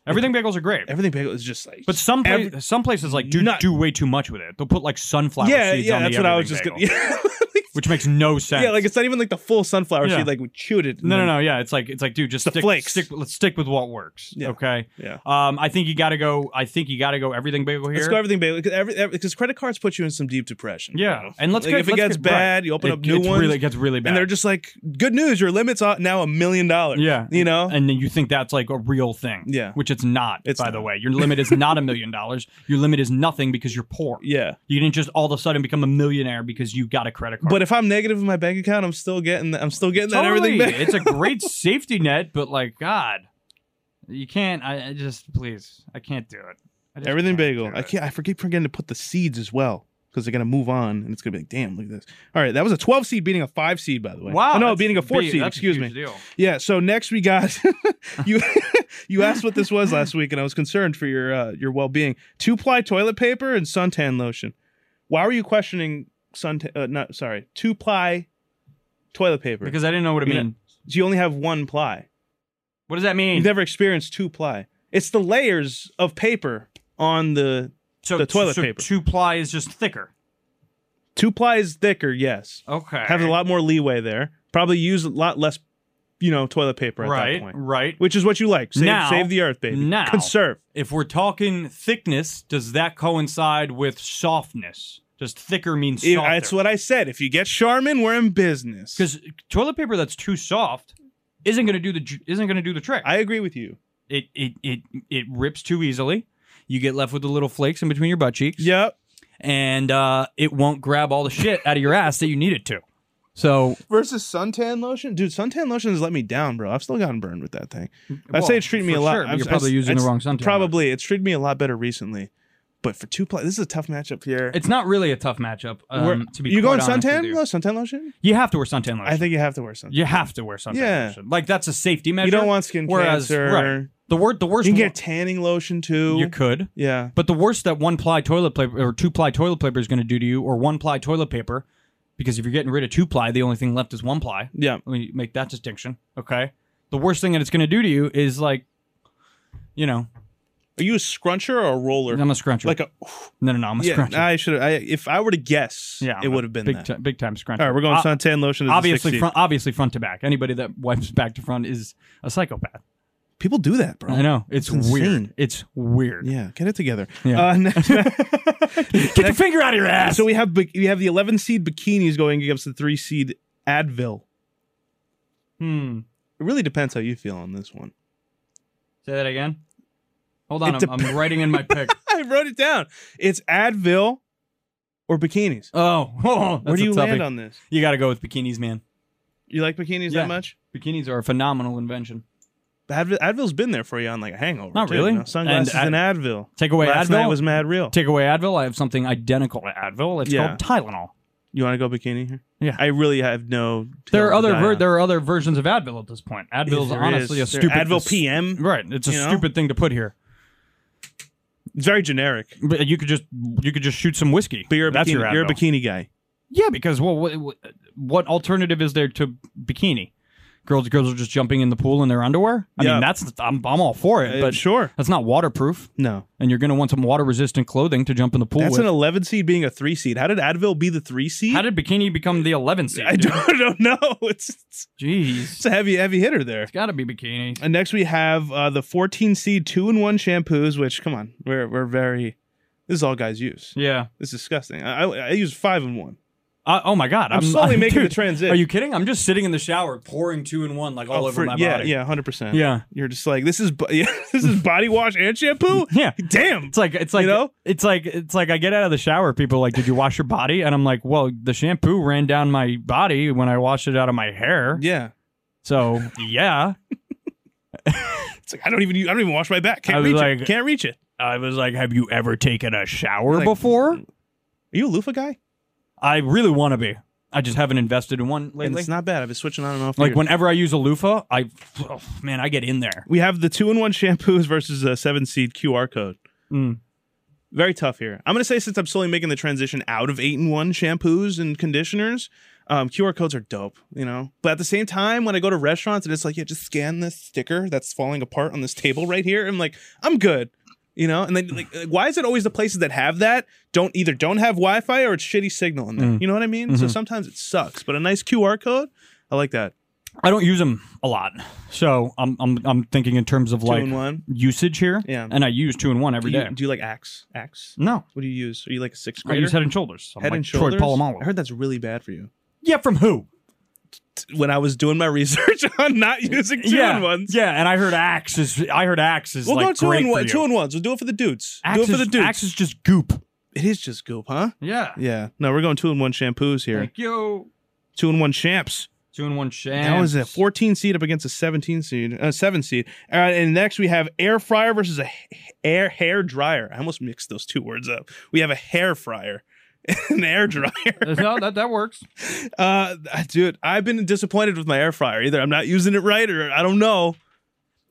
Speaker 4: Everything bagels are great.
Speaker 3: Everything bagel is just like,
Speaker 4: But some pla-
Speaker 3: every-
Speaker 4: some places like do
Speaker 3: Nut.
Speaker 4: do way too much with it. They'll put like sunflower
Speaker 3: yeah,
Speaker 4: seeds
Speaker 3: yeah,
Speaker 4: on
Speaker 3: that's
Speaker 4: the
Speaker 3: what I was
Speaker 4: everything
Speaker 3: just gonna.
Speaker 4: bagel, which makes no sense.
Speaker 3: Yeah, like it's not even like the full sunflower
Speaker 4: Yeah.
Speaker 3: seed. Like we chewed it. and
Speaker 4: no, no,
Speaker 3: then-
Speaker 4: no. Yeah, it's like it's like dude, just
Speaker 3: Mm-hmm. The
Speaker 4: stick,
Speaker 3: flakes.
Speaker 4: stick. Let's stick with what works.
Speaker 3: Yeah.
Speaker 4: Okay.
Speaker 3: Yeah.
Speaker 4: Um, I think you got to go. I think you got to go. Everything bagel here.
Speaker 3: Let's go everything bagel because credit cards put you in some deep depression.
Speaker 4: Yeah,
Speaker 3: you know?
Speaker 4: and let's
Speaker 3: Like,
Speaker 4: get-
Speaker 3: if it
Speaker 4: let's
Speaker 3: gets
Speaker 4: get-
Speaker 3: bad,
Speaker 4: right.
Speaker 3: you open
Speaker 4: It
Speaker 3: up new
Speaker 4: gets
Speaker 3: ones.
Speaker 4: really- it gets really bad.
Speaker 3: and they're just like, "Good news, your limit's are now a million dollars."
Speaker 4: Yeah.
Speaker 3: you know,
Speaker 4: and then you think that's like a real thing.
Speaker 3: Yeah.
Speaker 4: Which it's not.
Speaker 3: It's
Speaker 4: by
Speaker 3: not.
Speaker 4: the way, your limit is not a million dollars. Your limit is nothing because you're poor.
Speaker 3: yeah.
Speaker 4: You didn't just all of a sudden become a millionaire because you got a credit card.
Speaker 3: But if I'm negative in my bank account, I'm still getting, I'm still getting that everything.
Speaker 4: Totally.
Speaker 3: Bagel.
Speaker 4: it's a great safety net, but like God, you can't. I, I just please, I can't do it. I just
Speaker 3: everything
Speaker 4: can't
Speaker 3: bagel.
Speaker 4: do
Speaker 3: I
Speaker 4: it.
Speaker 3: can't. I forget forgetting to put the seeds as well because they're gonna move on, and it's gonna be like, "Damn, look at this." All right, that was a 12 seed beating a five seed, by the way.
Speaker 4: Wow.
Speaker 3: Oh, no,
Speaker 4: that's
Speaker 3: beating a four
Speaker 4: big-
Speaker 3: seed.
Speaker 4: that's a
Speaker 3: Excuse me.
Speaker 4: huge deal.
Speaker 3: Yeah. So next we got you. you asked what this was last week, and I was concerned for your uh, your well being. Two ply toilet paper and suntan lotion. Why were you questioning suntan? Uh, not sorry, two ply toilet paper.
Speaker 4: Because I didn't know what it
Speaker 3: You know-
Speaker 4: means.
Speaker 3: you only have one ply.
Speaker 4: What does that mean?
Speaker 3: You've never experienced two ply. It's the layers of paper on the
Speaker 4: so
Speaker 3: the toilet
Speaker 4: so
Speaker 3: paper.
Speaker 4: Two ply is just thicker.
Speaker 3: two ply is thicker. Yes,
Speaker 4: Okay.
Speaker 3: have a lot more leeway there. Probably use a lot less, you know, toilet paper at
Speaker 4: Right.
Speaker 3: that point.
Speaker 4: Right.
Speaker 3: Which is what you like. Save,
Speaker 4: Now-
Speaker 3: save the earth, baby.
Speaker 4: now-
Speaker 3: Conserve.
Speaker 4: If we're talking thickness, does that coincide with softness? Does thicker mean
Speaker 3: If-
Speaker 4: softer?
Speaker 3: That's what I said. If you get Charmin, we're in business.
Speaker 4: Because toilet paper that's too soft isn't gonna do the ju- isn't gonna do the trick.
Speaker 3: I agree with you.
Speaker 4: it it it it rips too easily. You get left with the little flakes in between your butt cheeks,
Speaker 3: Yep.
Speaker 4: and uh, it won't grab all the shit out of your ass that you need it to. So
Speaker 3: Versus suntan lotion, dude. Suntan lotion has let me down, bro. I've still gotten burned with that thing. I
Speaker 4: Mm, Well,
Speaker 3: say it's treating me
Speaker 4: for
Speaker 3: a lot.
Speaker 4: sure, but
Speaker 3: I've-
Speaker 4: you're probably
Speaker 3: I've-
Speaker 4: using the
Speaker 3: it's-
Speaker 4: wrong suntan
Speaker 3: Probably, it's treated me a lot better recently. But for two ply, this is a tough matchup here.
Speaker 4: it's not really a tough matchup.
Speaker 3: We're-
Speaker 4: Um, to be
Speaker 3: you
Speaker 4: quite
Speaker 3: going
Speaker 4: honest with
Speaker 3: suntan?
Speaker 4: you.
Speaker 3: No, suntan lotion.
Speaker 4: You have to wear suntan lotion.
Speaker 3: I think you have to wear suntan.
Speaker 4: you have to wear suntan
Speaker 3: Yeah.
Speaker 4: lotion. Like that's a safety measure.
Speaker 3: You don't want skin
Speaker 4: Whereas,
Speaker 3: cancer.
Speaker 4: Right, the word the worst
Speaker 3: You can
Speaker 4: one-
Speaker 3: get tanning lotion too.
Speaker 4: you could.
Speaker 3: yeah.
Speaker 4: But the worst that one ply toilet paper or two ply toilet paper is going to do to you, or one ply toilet paper, because if you're getting rid of two ply, the only thing left is one ply.
Speaker 3: Yeah.
Speaker 4: Let me make that distinction. Okay. The worst thing that it's going to do to you is like, you know,
Speaker 3: Are you a scruncher or a roller?
Speaker 4: I'm a scruncher.
Speaker 3: like a
Speaker 4: no, no, no, I'm a
Speaker 3: yeah.
Speaker 4: scruncher.
Speaker 3: I should. I if I were to guess,
Speaker 4: yeah,
Speaker 3: it
Speaker 4: I'm a
Speaker 3: would have been
Speaker 4: big,
Speaker 3: that.
Speaker 4: ti- big time scruncher.
Speaker 3: All right, we're going
Speaker 4: Uh,
Speaker 3: suntan lotion. Is the
Speaker 4: Obviously,
Speaker 3: 60.
Speaker 4: front, obviously front to back. Anybody that wipes back to front is a psychopath.
Speaker 3: people do that, bro.
Speaker 4: I know it's,
Speaker 3: It's
Speaker 4: weird.
Speaker 3: insane.
Speaker 4: It's weird.
Speaker 3: Yeah, get it together.
Speaker 4: Yeah.
Speaker 3: Uh, next-
Speaker 4: Get your finger out of your ass.
Speaker 3: so we have bi- we have the 11 seed bikinis going against the 3 seed Advil.
Speaker 4: hmm.
Speaker 3: It really depends how you feel on this one.
Speaker 4: Say that again. Hold on,
Speaker 3: It
Speaker 4: I'm, I'm writing in my pick.
Speaker 3: I wrote it down. It's Advil or bikinis.
Speaker 4: Oh, oh that's
Speaker 3: Where do
Speaker 4: a
Speaker 3: you
Speaker 4: toughie.
Speaker 3: land on this?
Speaker 4: You got to go with bikinis, man.
Speaker 3: You like bikinis
Speaker 4: Yeah.
Speaker 3: that much?
Speaker 4: Bikinis are a phenomenal invention.
Speaker 3: Advil, Advil's been there for you on like a hangover.
Speaker 4: Not
Speaker 3: too,
Speaker 4: really.
Speaker 3: you know? Sunglasses
Speaker 4: And
Speaker 3: and, Advil.
Speaker 4: Take away
Speaker 3: Last
Speaker 4: Advil?
Speaker 3: night was mad real.
Speaker 4: Take away Advil. I have something identical to Advil. It's
Speaker 3: Yeah.
Speaker 4: called Tylenol.
Speaker 3: you want to go bikini here?
Speaker 4: Yeah.
Speaker 3: I really have no.
Speaker 4: There are
Speaker 3: hill to
Speaker 4: other
Speaker 3: die
Speaker 4: ver-
Speaker 3: on.
Speaker 4: there are other versions of Advil at this point. Advil's
Speaker 3: there
Speaker 4: honestly
Speaker 3: is.
Speaker 4: a
Speaker 3: There-
Speaker 4: stupid
Speaker 3: Advil PM.
Speaker 4: Right, it's a
Speaker 3: You know?
Speaker 4: stupid thing to put here.
Speaker 3: It's very generic.
Speaker 4: But you could just you could just shoot some whiskey.
Speaker 3: But you're a
Speaker 4: That's
Speaker 3: bikini,
Speaker 4: your Advil.
Speaker 3: you're a bikini guy.
Speaker 4: Yeah, because well, what, what alternative is there to bikini? Girls, girls are just jumping in the pool in their underwear. I
Speaker 3: Yeah.
Speaker 4: mean, that's I'm, I'm all for it,
Speaker 3: Uh,
Speaker 4: but
Speaker 3: sure.
Speaker 4: that's not waterproof,
Speaker 3: No,
Speaker 4: and you're going to want some water resistant clothing to jump in the pool.
Speaker 3: that's
Speaker 4: with.
Speaker 3: an 11 seed being a three seed. How did Advil be the three seed?
Speaker 4: How did bikini become the 11 seed?
Speaker 3: I
Speaker 4: dude?
Speaker 3: don't, I don't know. It's, it's
Speaker 4: Jeez,
Speaker 3: it's a heavy heavy hitter there.
Speaker 4: it's got to be bikini.
Speaker 3: And next we have uh, the 14 seed two in one shampoos. Which come on, we're we're very. This is all guys use.
Speaker 4: Yeah.
Speaker 3: It's disgusting. I, I, I use five in one.
Speaker 4: Uh, oh my god,
Speaker 3: I'm slowly making the
Speaker 4: dude,
Speaker 3: transition.
Speaker 4: Are you kidding? I'm just sitting in the shower, pouring two in one, like all
Speaker 3: Oh,
Speaker 4: over
Speaker 3: for-
Speaker 4: my
Speaker 3: yeah,
Speaker 4: body.
Speaker 3: yeah, hundred percent.
Speaker 4: Yeah.
Speaker 3: you're just like this is bo- yeah, this is body wash and shampoo.
Speaker 4: Yeah.
Speaker 3: damn.
Speaker 4: It's like it's like
Speaker 3: You know?
Speaker 4: it's like it's like I get out of the shower. People are like, did you wash your body? And I'm like, well, the shampoo ran down my body when I washed it out of my hair.
Speaker 3: yeah,
Speaker 4: So yeah,
Speaker 3: it's like I don't even I don't even wash my back.
Speaker 4: I
Speaker 3: Can't
Speaker 4: was
Speaker 3: reach
Speaker 4: like-
Speaker 3: it. Can't reach it.
Speaker 4: I was like, have you ever taken a shower
Speaker 3: Like-
Speaker 4: before?
Speaker 3: Are you a loofah guy?
Speaker 4: I really want to be. I just haven't invested in one
Speaker 3: And
Speaker 4: lately.
Speaker 3: it's not bad. I've been switching on and off. for
Speaker 4: like
Speaker 3: years.
Speaker 4: whenever I use a loofah, I oh, man, I get in there.
Speaker 3: we have the two in one shampoos versus a seven seed QR code.
Speaker 4: Mm.
Speaker 3: Very tough here. I'm gonna say since I'm slowly making the transition out of eight in one shampoos and conditioners, um, QR codes are dope, you know. But at the same time, when I go to restaurants and it's like, yeah, just scan this sticker that's falling apart on this table right here. I'm like, I'm good, you know. And then like, like, why is it always the places that have that don't either don't have Wi-Fi or it's shitty signal in there?
Speaker 4: Mm.
Speaker 3: You know what I mean?
Speaker 4: Mm-hmm.
Speaker 3: So sometimes it sucks. But a nice QR code, I like that.
Speaker 4: I don't use them a lot, so I'm I'm I'm thinking in terms of
Speaker 3: Two
Speaker 4: like
Speaker 3: in one.
Speaker 4: usage here.
Speaker 3: Yeah.
Speaker 4: and I use two in one every
Speaker 3: do
Speaker 4: day.
Speaker 3: you, do you like Axe? Axe?
Speaker 4: no,
Speaker 3: What do you use? Are you like a sixth
Speaker 4: I
Speaker 3: grader?
Speaker 4: use Head and Shoulders. I'm
Speaker 3: Head
Speaker 4: like
Speaker 3: and shoulders.
Speaker 4: Troy Polamalu.
Speaker 3: I heard that's really bad for you.
Speaker 4: yeah, from who?
Speaker 3: When I was doing my research on not using two
Speaker 4: yeah,
Speaker 3: in ones,
Speaker 4: Yeah, and I heard Axe is. I heard Axe is
Speaker 3: we'll
Speaker 4: like
Speaker 3: go two
Speaker 4: great
Speaker 3: in
Speaker 4: for
Speaker 3: one,
Speaker 4: you.
Speaker 3: two in ones. We'll do it for the dudes.
Speaker 4: Axe
Speaker 3: do it for
Speaker 4: is,
Speaker 3: the dudes.
Speaker 4: Axe is just goop.
Speaker 3: it is just goop, huh?
Speaker 4: Yeah.
Speaker 3: Yeah. No, we're going two in one shampoos here.
Speaker 4: Thank you.
Speaker 3: Two in one champs.
Speaker 4: Two in one sham.
Speaker 3: That was a 14 seed up against a 17 seed, a seven seed. All right, and next we have air fryer versus a h- air hair dryer. I almost mixed those two words up. We have a hair fryer, and an air dryer.
Speaker 4: no, that that works.
Speaker 3: Uh, dude, I've been disappointed with my air fryer. Either I'm not using it right, or I don't know,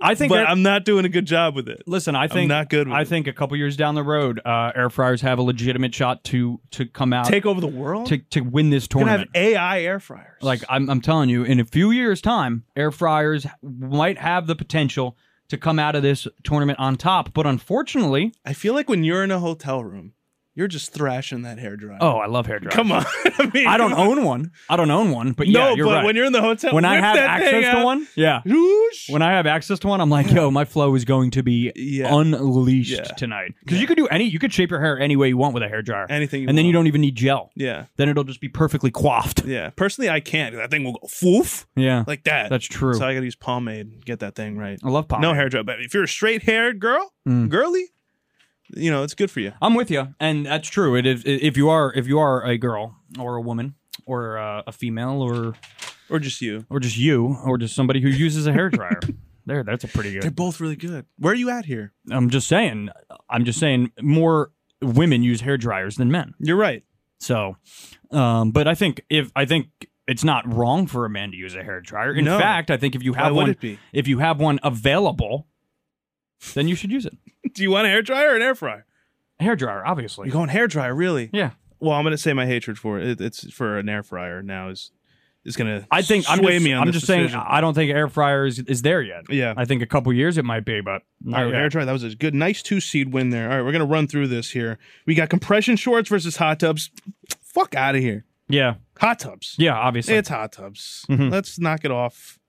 Speaker 4: I think.
Speaker 3: but
Speaker 4: air-
Speaker 3: I'm not doing a good job with it.
Speaker 4: listen, I think
Speaker 3: not good with
Speaker 4: I
Speaker 3: it.
Speaker 4: think a couple years down the road, uh, air fryers have a legitimate shot to to come out
Speaker 3: Take over the world.
Speaker 4: to to win this
Speaker 3: We're gonna have
Speaker 4: tournament.
Speaker 3: AI air fryers.
Speaker 4: Like I'm, I'm telling you, in a few years' time, air fryers might have the potential to come out of this tournament on top. But unfortunately,
Speaker 3: I feel like when you're in a hotel room, you're just thrashing that hair dryer.
Speaker 4: oh, I love hair dryers.
Speaker 3: come on! I, mean,
Speaker 4: I don't own one. I don't own one, but
Speaker 3: No,
Speaker 4: yeah, you're
Speaker 3: but
Speaker 4: right.
Speaker 3: when you're in the hotel,
Speaker 4: when I
Speaker 3: whip
Speaker 4: have
Speaker 3: that thing
Speaker 4: access to
Speaker 3: out.
Speaker 4: one, yeah.
Speaker 3: Whoosh.
Speaker 4: When I have access to one, I'm like, yo, my flow is going to be
Speaker 3: Yeah.
Speaker 4: unleashed
Speaker 3: Yeah.
Speaker 4: tonight. Because you could do any, you could shape your hair any way you want with a hair dryer,
Speaker 3: Anything you
Speaker 4: and then you
Speaker 3: want.
Speaker 4: don't even need gel.
Speaker 3: yeah,
Speaker 4: Then it'll just be perfectly coiffed.
Speaker 3: yeah. Personally, I can't. That thing will go foof
Speaker 4: Yeah,
Speaker 3: like that.
Speaker 4: that's true.
Speaker 3: So I gotta use pomade. and Get that thing right.
Speaker 4: I love pomade. Mm.
Speaker 3: No hair dryer, but if you're a straight haired girl, girly, you know it's good for you.
Speaker 4: I'm with you, and that's true. It is if you are if you are a girl or a woman or uh, a female or
Speaker 3: Or just you.
Speaker 4: or just you or just somebody who uses a hair dryer. there, that's a pretty
Speaker 3: They're
Speaker 4: good.
Speaker 3: both really good. Where are you at here?
Speaker 4: I'm just saying. I'm just saying more women use hair dryers than men.
Speaker 3: You're right.
Speaker 4: So, um, but I think if I think it's not wrong for a man to use a hair dryer. In
Speaker 3: No.
Speaker 4: fact, I think if you
Speaker 3: Why
Speaker 4: have
Speaker 3: would
Speaker 4: one,
Speaker 3: it be?
Speaker 4: if you have one available, then you should use it.
Speaker 3: Do you want a hair dryer or an air fryer?
Speaker 4: Hair dryer, obviously.
Speaker 3: You're going hair dryer, really?
Speaker 4: Yeah.
Speaker 3: Well, I'm gonna say my hatred for it. It's for an air fryer now is is gonna
Speaker 4: I think I'm
Speaker 3: sway
Speaker 4: just,
Speaker 3: me on
Speaker 4: I'm
Speaker 3: this
Speaker 4: just saying
Speaker 3: decision.
Speaker 4: I don't think air fryer is, is there yet.
Speaker 3: Yeah.
Speaker 4: I think a couple years it might be, but not
Speaker 3: All right,
Speaker 4: yet.
Speaker 3: air Oh, dryer. That was a good, nice two seed win there. All right, we're gonna run through this here. We got compression shorts versus hot tubs. Fuck out of here.
Speaker 4: yeah,
Speaker 3: Hot tubs.
Speaker 4: yeah, obviously.
Speaker 3: It's hot tubs. Let's knock it off.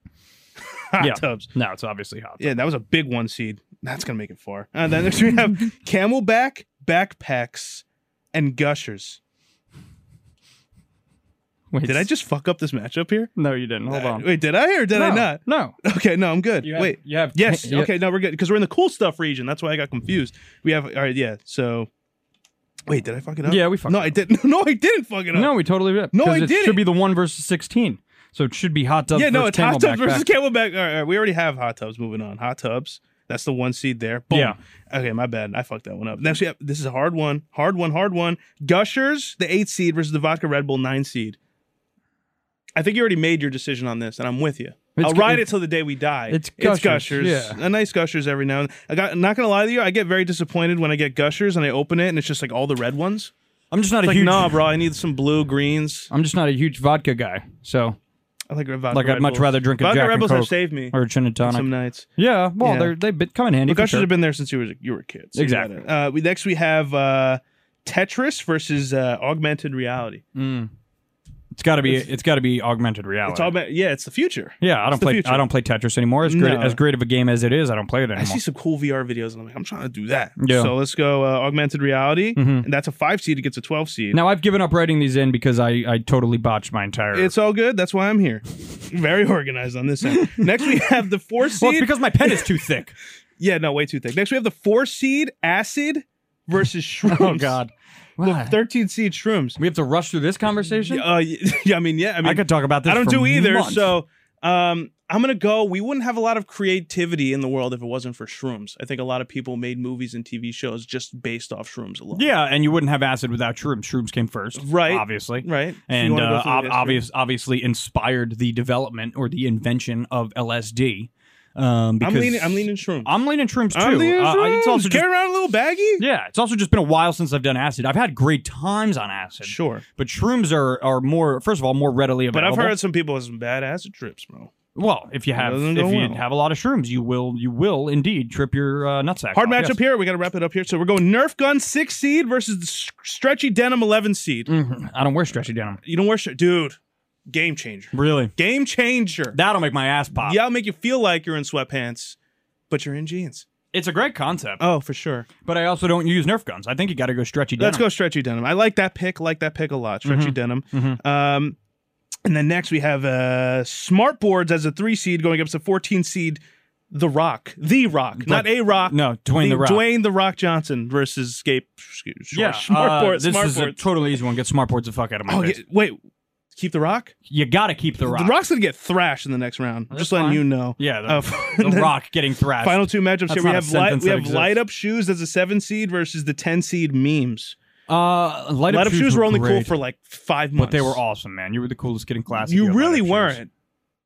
Speaker 3: hot
Speaker 4: Yeah.
Speaker 3: tubs.
Speaker 4: No, it's obviously hot.
Speaker 3: Yeah, that was a big one seed. That's gonna make it far. And then next we have Camelback, backpacks, and gushers.
Speaker 4: Wait,
Speaker 3: Did I just fuck up this matchup here?
Speaker 4: No, you didn't. Hold on.
Speaker 3: Wait, did I or did I
Speaker 4: No,
Speaker 3: not?
Speaker 4: No.
Speaker 3: Okay, no, I'm good.
Speaker 4: You have-
Speaker 3: Wait,
Speaker 4: you have-
Speaker 3: yes.
Speaker 4: you-
Speaker 3: okay, no, we're good because we're in the cool stuff region. That's why I got confused. We have all right, yeah. So, wait, did I fuck it up?
Speaker 4: Yeah, we fucked
Speaker 3: No,
Speaker 4: it
Speaker 3: I
Speaker 4: up.
Speaker 3: didn't. No, I didn't fuck it up.
Speaker 4: No, we totally did.
Speaker 3: No,
Speaker 4: 'Cause
Speaker 3: I
Speaker 4: it
Speaker 3: didn't.
Speaker 4: Should be the one versus sixteen. So it should be hot tub.
Speaker 3: yeah, no,
Speaker 4: versus
Speaker 3: it's hot
Speaker 4: Camelback
Speaker 3: tubs versus
Speaker 4: back.
Speaker 3: Camelback. All right, all right, we already have hot tubs. Moving on, hot tubs. That's the one seed there. Boom.
Speaker 4: Yeah.
Speaker 3: Okay, my bad. I fucked that one up. Next, we have this is a hard one. Hard one. Hard one. Gushers, the eight seed versus the Vodka Red Bull nine seed. I think you already made your decision on this, and I'm with you.
Speaker 4: It's
Speaker 3: I'll
Speaker 4: gu-
Speaker 3: ride it till the day we die.
Speaker 4: it's
Speaker 3: gushers.
Speaker 4: Gushers, yeah.
Speaker 3: A nice gushers every now and I got I'm not gonna lie to you, I get very disappointed when I get gushers and I open it and it's just like all the red ones.
Speaker 4: I'm just not
Speaker 3: It's
Speaker 4: a
Speaker 3: like,
Speaker 4: huge.
Speaker 3: nah, bro, I need some blue greens.
Speaker 4: I'm just not a huge vodka guy. So
Speaker 3: I like vodka.
Speaker 4: like, I'd
Speaker 3: Red
Speaker 4: much
Speaker 3: Bulls.
Speaker 4: rather drink a
Speaker 3: vodka
Speaker 4: Jack
Speaker 3: Red
Speaker 4: and
Speaker 3: Bulls have
Speaker 4: Coke
Speaker 3: saved me
Speaker 4: or a gin and tonic.
Speaker 3: some nights.
Speaker 4: yeah, well,
Speaker 3: Yeah.
Speaker 4: they're they've been come in handy.
Speaker 3: But
Speaker 4: for
Speaker 3: gushers
Speaker 4: sure.
Speaker 3: have been there since you were you were kids.
Speaker 4: Exactly.
Speaker 3: Uh, we, next we have uh, Tetris versus uh, augmented reality.
Speaker 4: it's got to be it's got to be augmented reality.
Speaker 3: It's all about yeah, it's the future.
Speaker 4: yeah, I
Speaker 3: It's
Speaker 4: don't
Speaker 3: the
Speaker 4: play
Speaker 3: future.
Speaker 4: I don't play Tetris anymore. As great
Speaker 3: No.
Speaker 4: as great of a game as it is, I don't play it anymore.
Speaker 3: I see some cool VR videos and I'm like, I'm trying to do that.
Speaker 4: Yeah. Mm-hmm.
Speaker 3: So let's go uh, augmented reality, and that's a five seed. It gets a twelve seed.
Speaker 4: Now I've given up writing these in because I, I totally botched my entire.
Speaker 3: It's all good. That's why I'm here. Very organized on this end. Next we have the four seed.
Speaker 4: well, it's because my pen is too thick.
Speaker 3: yeah, no, way too thick. Next we have the four seed acid versus shrooms.
Speaker 4: oh God,
Speaker 3: The
Speaker 4: Why?
Speaker 3: thirteen seed shrooms.
Speaker 4: we have to rush through this conversation.
Speaker 3: Uh, yeah, I mean, yeah, I mean,
Speaker 4: I could talk about this.
Speaker 3: I don't
Speaker 4: for
Speaker 3: do either.
Speaker 4: months.
Speaker 3: So um, I'm gonna go. We wouldn't have a lot of creativity in the world if it wasn't for shrooms. I think a lot of people made movies and TV shows just based off shrooms alone.
Speaker 4: yeah, and you wouldn't have acid without shrooms. Shrooms came first,
Speaker 3: Right.
Speaker 4: Obviously,
Speaker 3: Right. If you
Speaker 4: and
Speaker 3: wanna go
Speaker 4: uh,
Speaker 3: through the
Speaker 4: ob-
Speaker 3: history.
Speaker 4: obvious, obviously inspired the development or the invention of LSD. Um,
Speaker 3: I'm
Speaker 4: because
Speaker 3: leaning. I'm leaning shrooms.
Speaker 4: I'm leaning shrooms too.
Speaker 3: I'm leaning
Speaker 4: Uh, I-
Speaker 3: shrooms.
Speaker 4: it's also just,
Speaker 3: carry around a little baggie.
Speaker 4: yeah, it's also just been a while since I've done acid. I've had great times on acid.
Speaker 3: Sure.
Speaker 4: But shrooms are, are more, first of all, more readily
Speaker 3: But
Speaker 4: available.
Speaker 3: I've heard some people with some bad acid trips, bro.
Speaker 4: Well, if you have
Speaker 3: doesn't
Speaker 4: if
Speaker 3: go
Speaker 4: you
Speaker 3: well.
Speaker 4: have a lot of shrooms, you will you will indeed trip your uh, nutsack.
Speaker 3: Hard
Speaker 4: off,
Speaker 3: matchup
Speaker 4: yes.
Speaker 3: here. We got to wrap it up here. So we're going Nerf gun six seed versus the s- stretchy denim eleven seed.
Speaker 4: Mhm. I don't wear stretchy denim.
Speaker 3: You don't wear shit, dude. Game changer.
Speaker 4: Really,
Speaker 3: Game changer.
Speaker 4: that'll make my ass pop.
Speaker 3: yeah, it'll make you feel like you're in sweatpants, but you're in jeans.
Speaker 4: it's a great concept.
Speaker 3: Oh, for sure.
Speaker 4: but I also don't use Nerf guns. I think you got to go stretchy denim.
Speaker 3: Let's
Speaker 4: Mm-hmm.
Speaker 3: go stretchy denim. I like that pick. Like that pick a lot. Stretchy denim. Um, and then next we have uh, smart boards as a three seed going up to fourteen seed. The Rock, The Rock, not a Rock.
Speaker 4: no, Dwayne The Rock.
Speaker 3: Dwayne The Rock Johnson versus Scape.
Speaker 4: Yeah,
Speaker 3: smart
Speaker 4: uh,
Speaker 3: board.
Speaker 4: This
Speaker 3: smart
Speaker 4: is a
Speaker 3: board.
Speaker 4: totally easy one. Get smart boards the fuck out of my
Speaker 3: oh,
Speaker 4: face.
Speaker 3: yeah, wait, keep The Rock.
Speaker 4: You got to keep the rock.
Speaker 3: The Rock's gonna get thrashed in the next round. I'm
Speaker 4: That's
Speaker 3: just letting
Speaker 4: fine.
Speaker 3: you know.
Speaker 4: Yeah, the,
Speaker 3: Uh,
Speaker 4: the rock getting thrashed.
Speaker 3: Final two matchups
Speaker 4: That's
Speaker 3: here. We
Speaker 4: not a
Speaker 3: have light.
Speaker 4: sentence
Speaker 3: We
Speaker 4: that
Speaker 3: have
Speaker 4: exists.
Speaker 3: light up shoes as a seven seed versus the ten seed memes.
Speaker 4: uh, light,
Speaker 3: Light up shoes were only cool
Speaker 4: great,
Speaker 3: for like five months.
Speaker 4: but they were awesome, man. You were the coolest kid in class. if
Speaker 3: You
Speaker 4: had light
Speaker 3: really
Speaker 4: up shoes.
Speaker 3: weren't.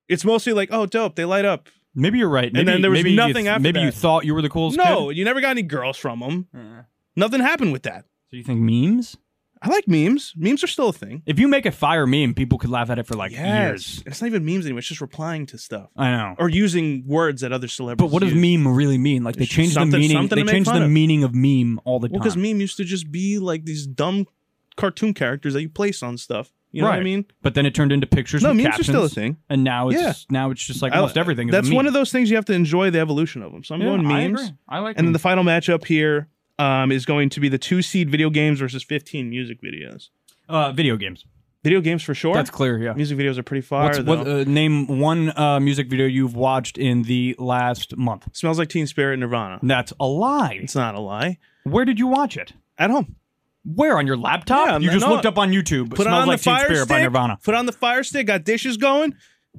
Speaker 3: It's mostly like, oh, dope, they light up.
Speaker 4: Maybe you're right. Maybe,
Speaker 3: then there was
Speaker 4: maybe you-
Speaker 3: nothing after
Speaker 4: Maybe you
Speaker 3: that.
Speaker 4: thought you were the coolest.
Speaker 3: No,
Speaker 4: kid?
Speaker 3: you never got any girls from them. Nothing happened with that.
Speaker 4: So you think memes?
Speaker 3: I like memes. Memes are still a thing.
Speaker 4: If you make a fire meme, people could laugh at it for like
Speaker 3: Yes.
Speaker 4: years.
Speaker 3: It's not even memes anymore. It's just replying to stuff
Speaker 4: I know.
Speaker 3: or using words that other celebrities.
Speaker 4: but what does
Speaker 3: use.
Speaker 4: meme really mean? Like they
Speaker 3: It's
Speaker 4: change the
Speaker 3: something-
Speaker 4: meaning.
Speaker 3: something
Speaker 4: They
Speaker 3: to make
Speaker 4: change
Speaker 3: fun
Speaker 4: the
Speaker 3: of.
Speaker 4: meaning of meme all the
Speaker 3: Well,
Speaker 4: time.
Speaker 3: because meme used to just be like these dumb cartoon characters that you place on stuff. You know
Speaker 4: right.
Speaker 3: what I mean?
Speaker 4: But then it turned into pictures.
Speaker 3: No,
Speaker 4: with
Speaker 3: memes are
Speaker 4: captions,
Speaker 3: still a thing.
Speaker 4: And now it's
Speaker 3: Yeah.
Speaker 4: now it's just like
Speaker 3: I-
Speaker 4: almost everything. Is
Speaker 3: That's
Speaker 4: a meme.
Speaker 3: one of those things you have to enjoy the evolution of them. So I'm
Speaker 4: Yeah,
Speaker 3: going
Speaker 4: I
Speaker 3: memes.
Speaker 4: agree. I like
Speaker 3: And then the
Speaker 4: memes.
Speaker 3: final matchup here um, is going to be the two seed video games versus 15 music videos.
Speaker 4: uh, video games.
Speaker 3: Video games for sure.
Speaker 4: That's clear. Yeah.
Speaker 3: Music videos are pretty fire.
Speaker 4: What's,
Speaker 3: though.
Speaker 4: what, uh, name one uh, music video you've watched in the last month.
Speaker 3: Smells like Teen Spirit Nirvana.
Speaker 4: That's a lie.
Speaker 3: It's not a lie.
Speaker 4: Where did you watch it?
Speaker 3: At home.
Speaker 4: Where on your laptop?
Speaker 3: Yeah,
Speaker 4: you
Speaker 3: no,
Speaker 4: just
Speaker 3: no.
Speaker 4: looked up on YouTube.
Speaker 3: Put
Speaker 4: Smells
Speaker 3: on
Speaker 4: like
Speaker 3: the
Speaker 4: Teen
Speaker 3: fire
Speaker 4: Spirit
Speaker 3: stick.
Speaker 4: by Nirvana.
Speaker 3: Put on the fire stick. Got dishes going.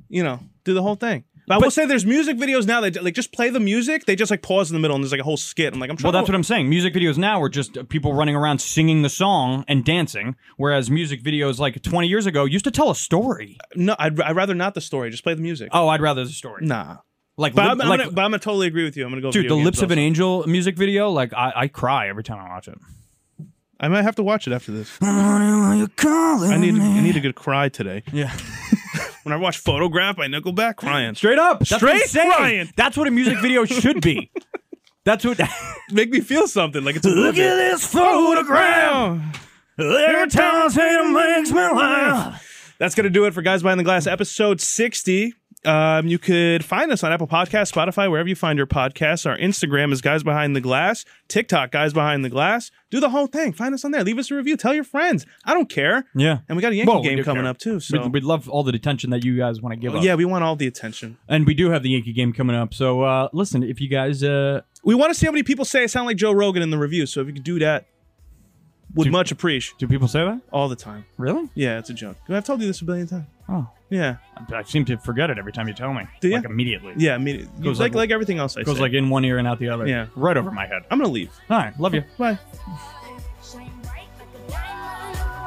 Speaker 3: You know, do the whole thing. But, I will
Speaker 4: But-
Speaker 3: say there's music videos now that like just play the music. They just like pause in the middle and there's like a whole skit. I'm like, I'm
Speaker 4: Well,
Speaker 3: trying.
Speaker 4: that's
Speaker 3: to,
Speaker 4: what I'm saying. Music videos now are just uh, people running around singing the song and dancing, whereas music videos like 20 years ago used to tell a story.
Speaker 3: No, I'd, I'd rather not the story. Just play the music.
Speaker 4: Oh, I'd rather the story.
Speaker 3: Nah.
Speaker 4: Like,
Speaker 3: But,
Speaker 4: lip-
Speaker 3: I'm, I'm
Speaker 4: like
Speaker 3: gonna, but I'm gonna totally agree with you. I'm gonna go.
Speaker 4: dude,
Speaker 3: video
Speaker 4: the
Speaker 3: games
Speaker 4: Lips of an
Speaker 3: also.
Speaker 4: Angel music video, like, I, I cry every time I watch it.
Speaker 3: I might have to watch it after this.
Speaker 4: I
Speaker 3: I need I need a good cry today.
Speaker 4: Yeah.
Speaker 3: When I watch Photograph by Nickelback, crying.
Speaker 4: Straight up. That's
Speaker 3: Straight
Speaker 4: insane.
Speaker 3: crying.
Speaker 4: That's what a music video should be. That's what.
Speaker 3: Make me feel something like it's a
Speaker 4: Look at this photograph. Every time I see it makes me
Speaker 3: Ah.
Speaker 4: laugh.
Speaker 3: That's going to do it for Guys Behind the Glass, episode 60. Um, you could find us on Apple Podcasts, Spotify, wherever you find your podcasts. Our Instagram is Guys Behind the Glass, TikTok, Guys Behind the Glass. Do the whole thing. Find us on there. Leave us a review. Tell your friends. I don't care.
Speaker 4: Yeah.
Speaker 3: And we got a Yankee
Speaker 4: Well, we
Speaker 3: game
Speaker 4: do
Speaker 3: coming
Speaker 4: care.
Speaker 3: up, too. So,
Speaker 4: We'd, we'd love all the attention that you guys want to give us.
Speaker 3: yeah, we want all the attention.
Speaker 4: and we do have the Yankee game coming up. So uh, listen, if you guys, uh,
Speaker 3: We want to see how many people say I sound like Joe Rogan in the review. So if you could do that, would much appreciate
Speaker 4: Do people say that?
Speaker 3: all the time.
Speaker 4: Really?
Speaker 3: Yeah, it's a joke. I've told you this a billion times.
Speaker 4: Oh,
Speaker 3: Yeah,
Speaker 4: I- I seem to forget it every time you tell me.
Speaker 3: Do ya?
Speaker 4: Like immediately.
Speaker 3: yeah. I mean, it-
Speaker 4: Goes
Speaker 3: like,
Speaker 4: like-
Speaker 3: like everything else I
Speaker 4: Goes
Speaker 3: say.
Speaker 4: like in one ear and out the other.
Speaker 3: Yeah.
Speaker 4: Right over my head.
Speaker 3: I'm gonna leave.
Speaker 4: All right. Love you.
Speaker 3: Bye.
Speaker 5: Shine bright like a diamond.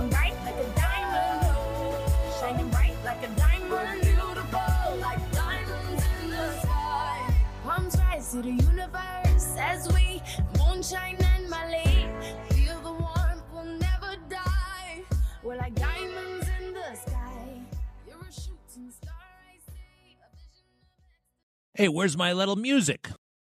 Speaker 5: Shine bright like a diamond. Shining bright like a diamond. Beautiful like diamonds in the sky. Palms rise to the universe as we moonshine and Malay. Feel the warmth, we'll never die. We're like diamonds in the sky. You're a shooting star, I see. A vision of
Speaker 2: Hey, where's my little music?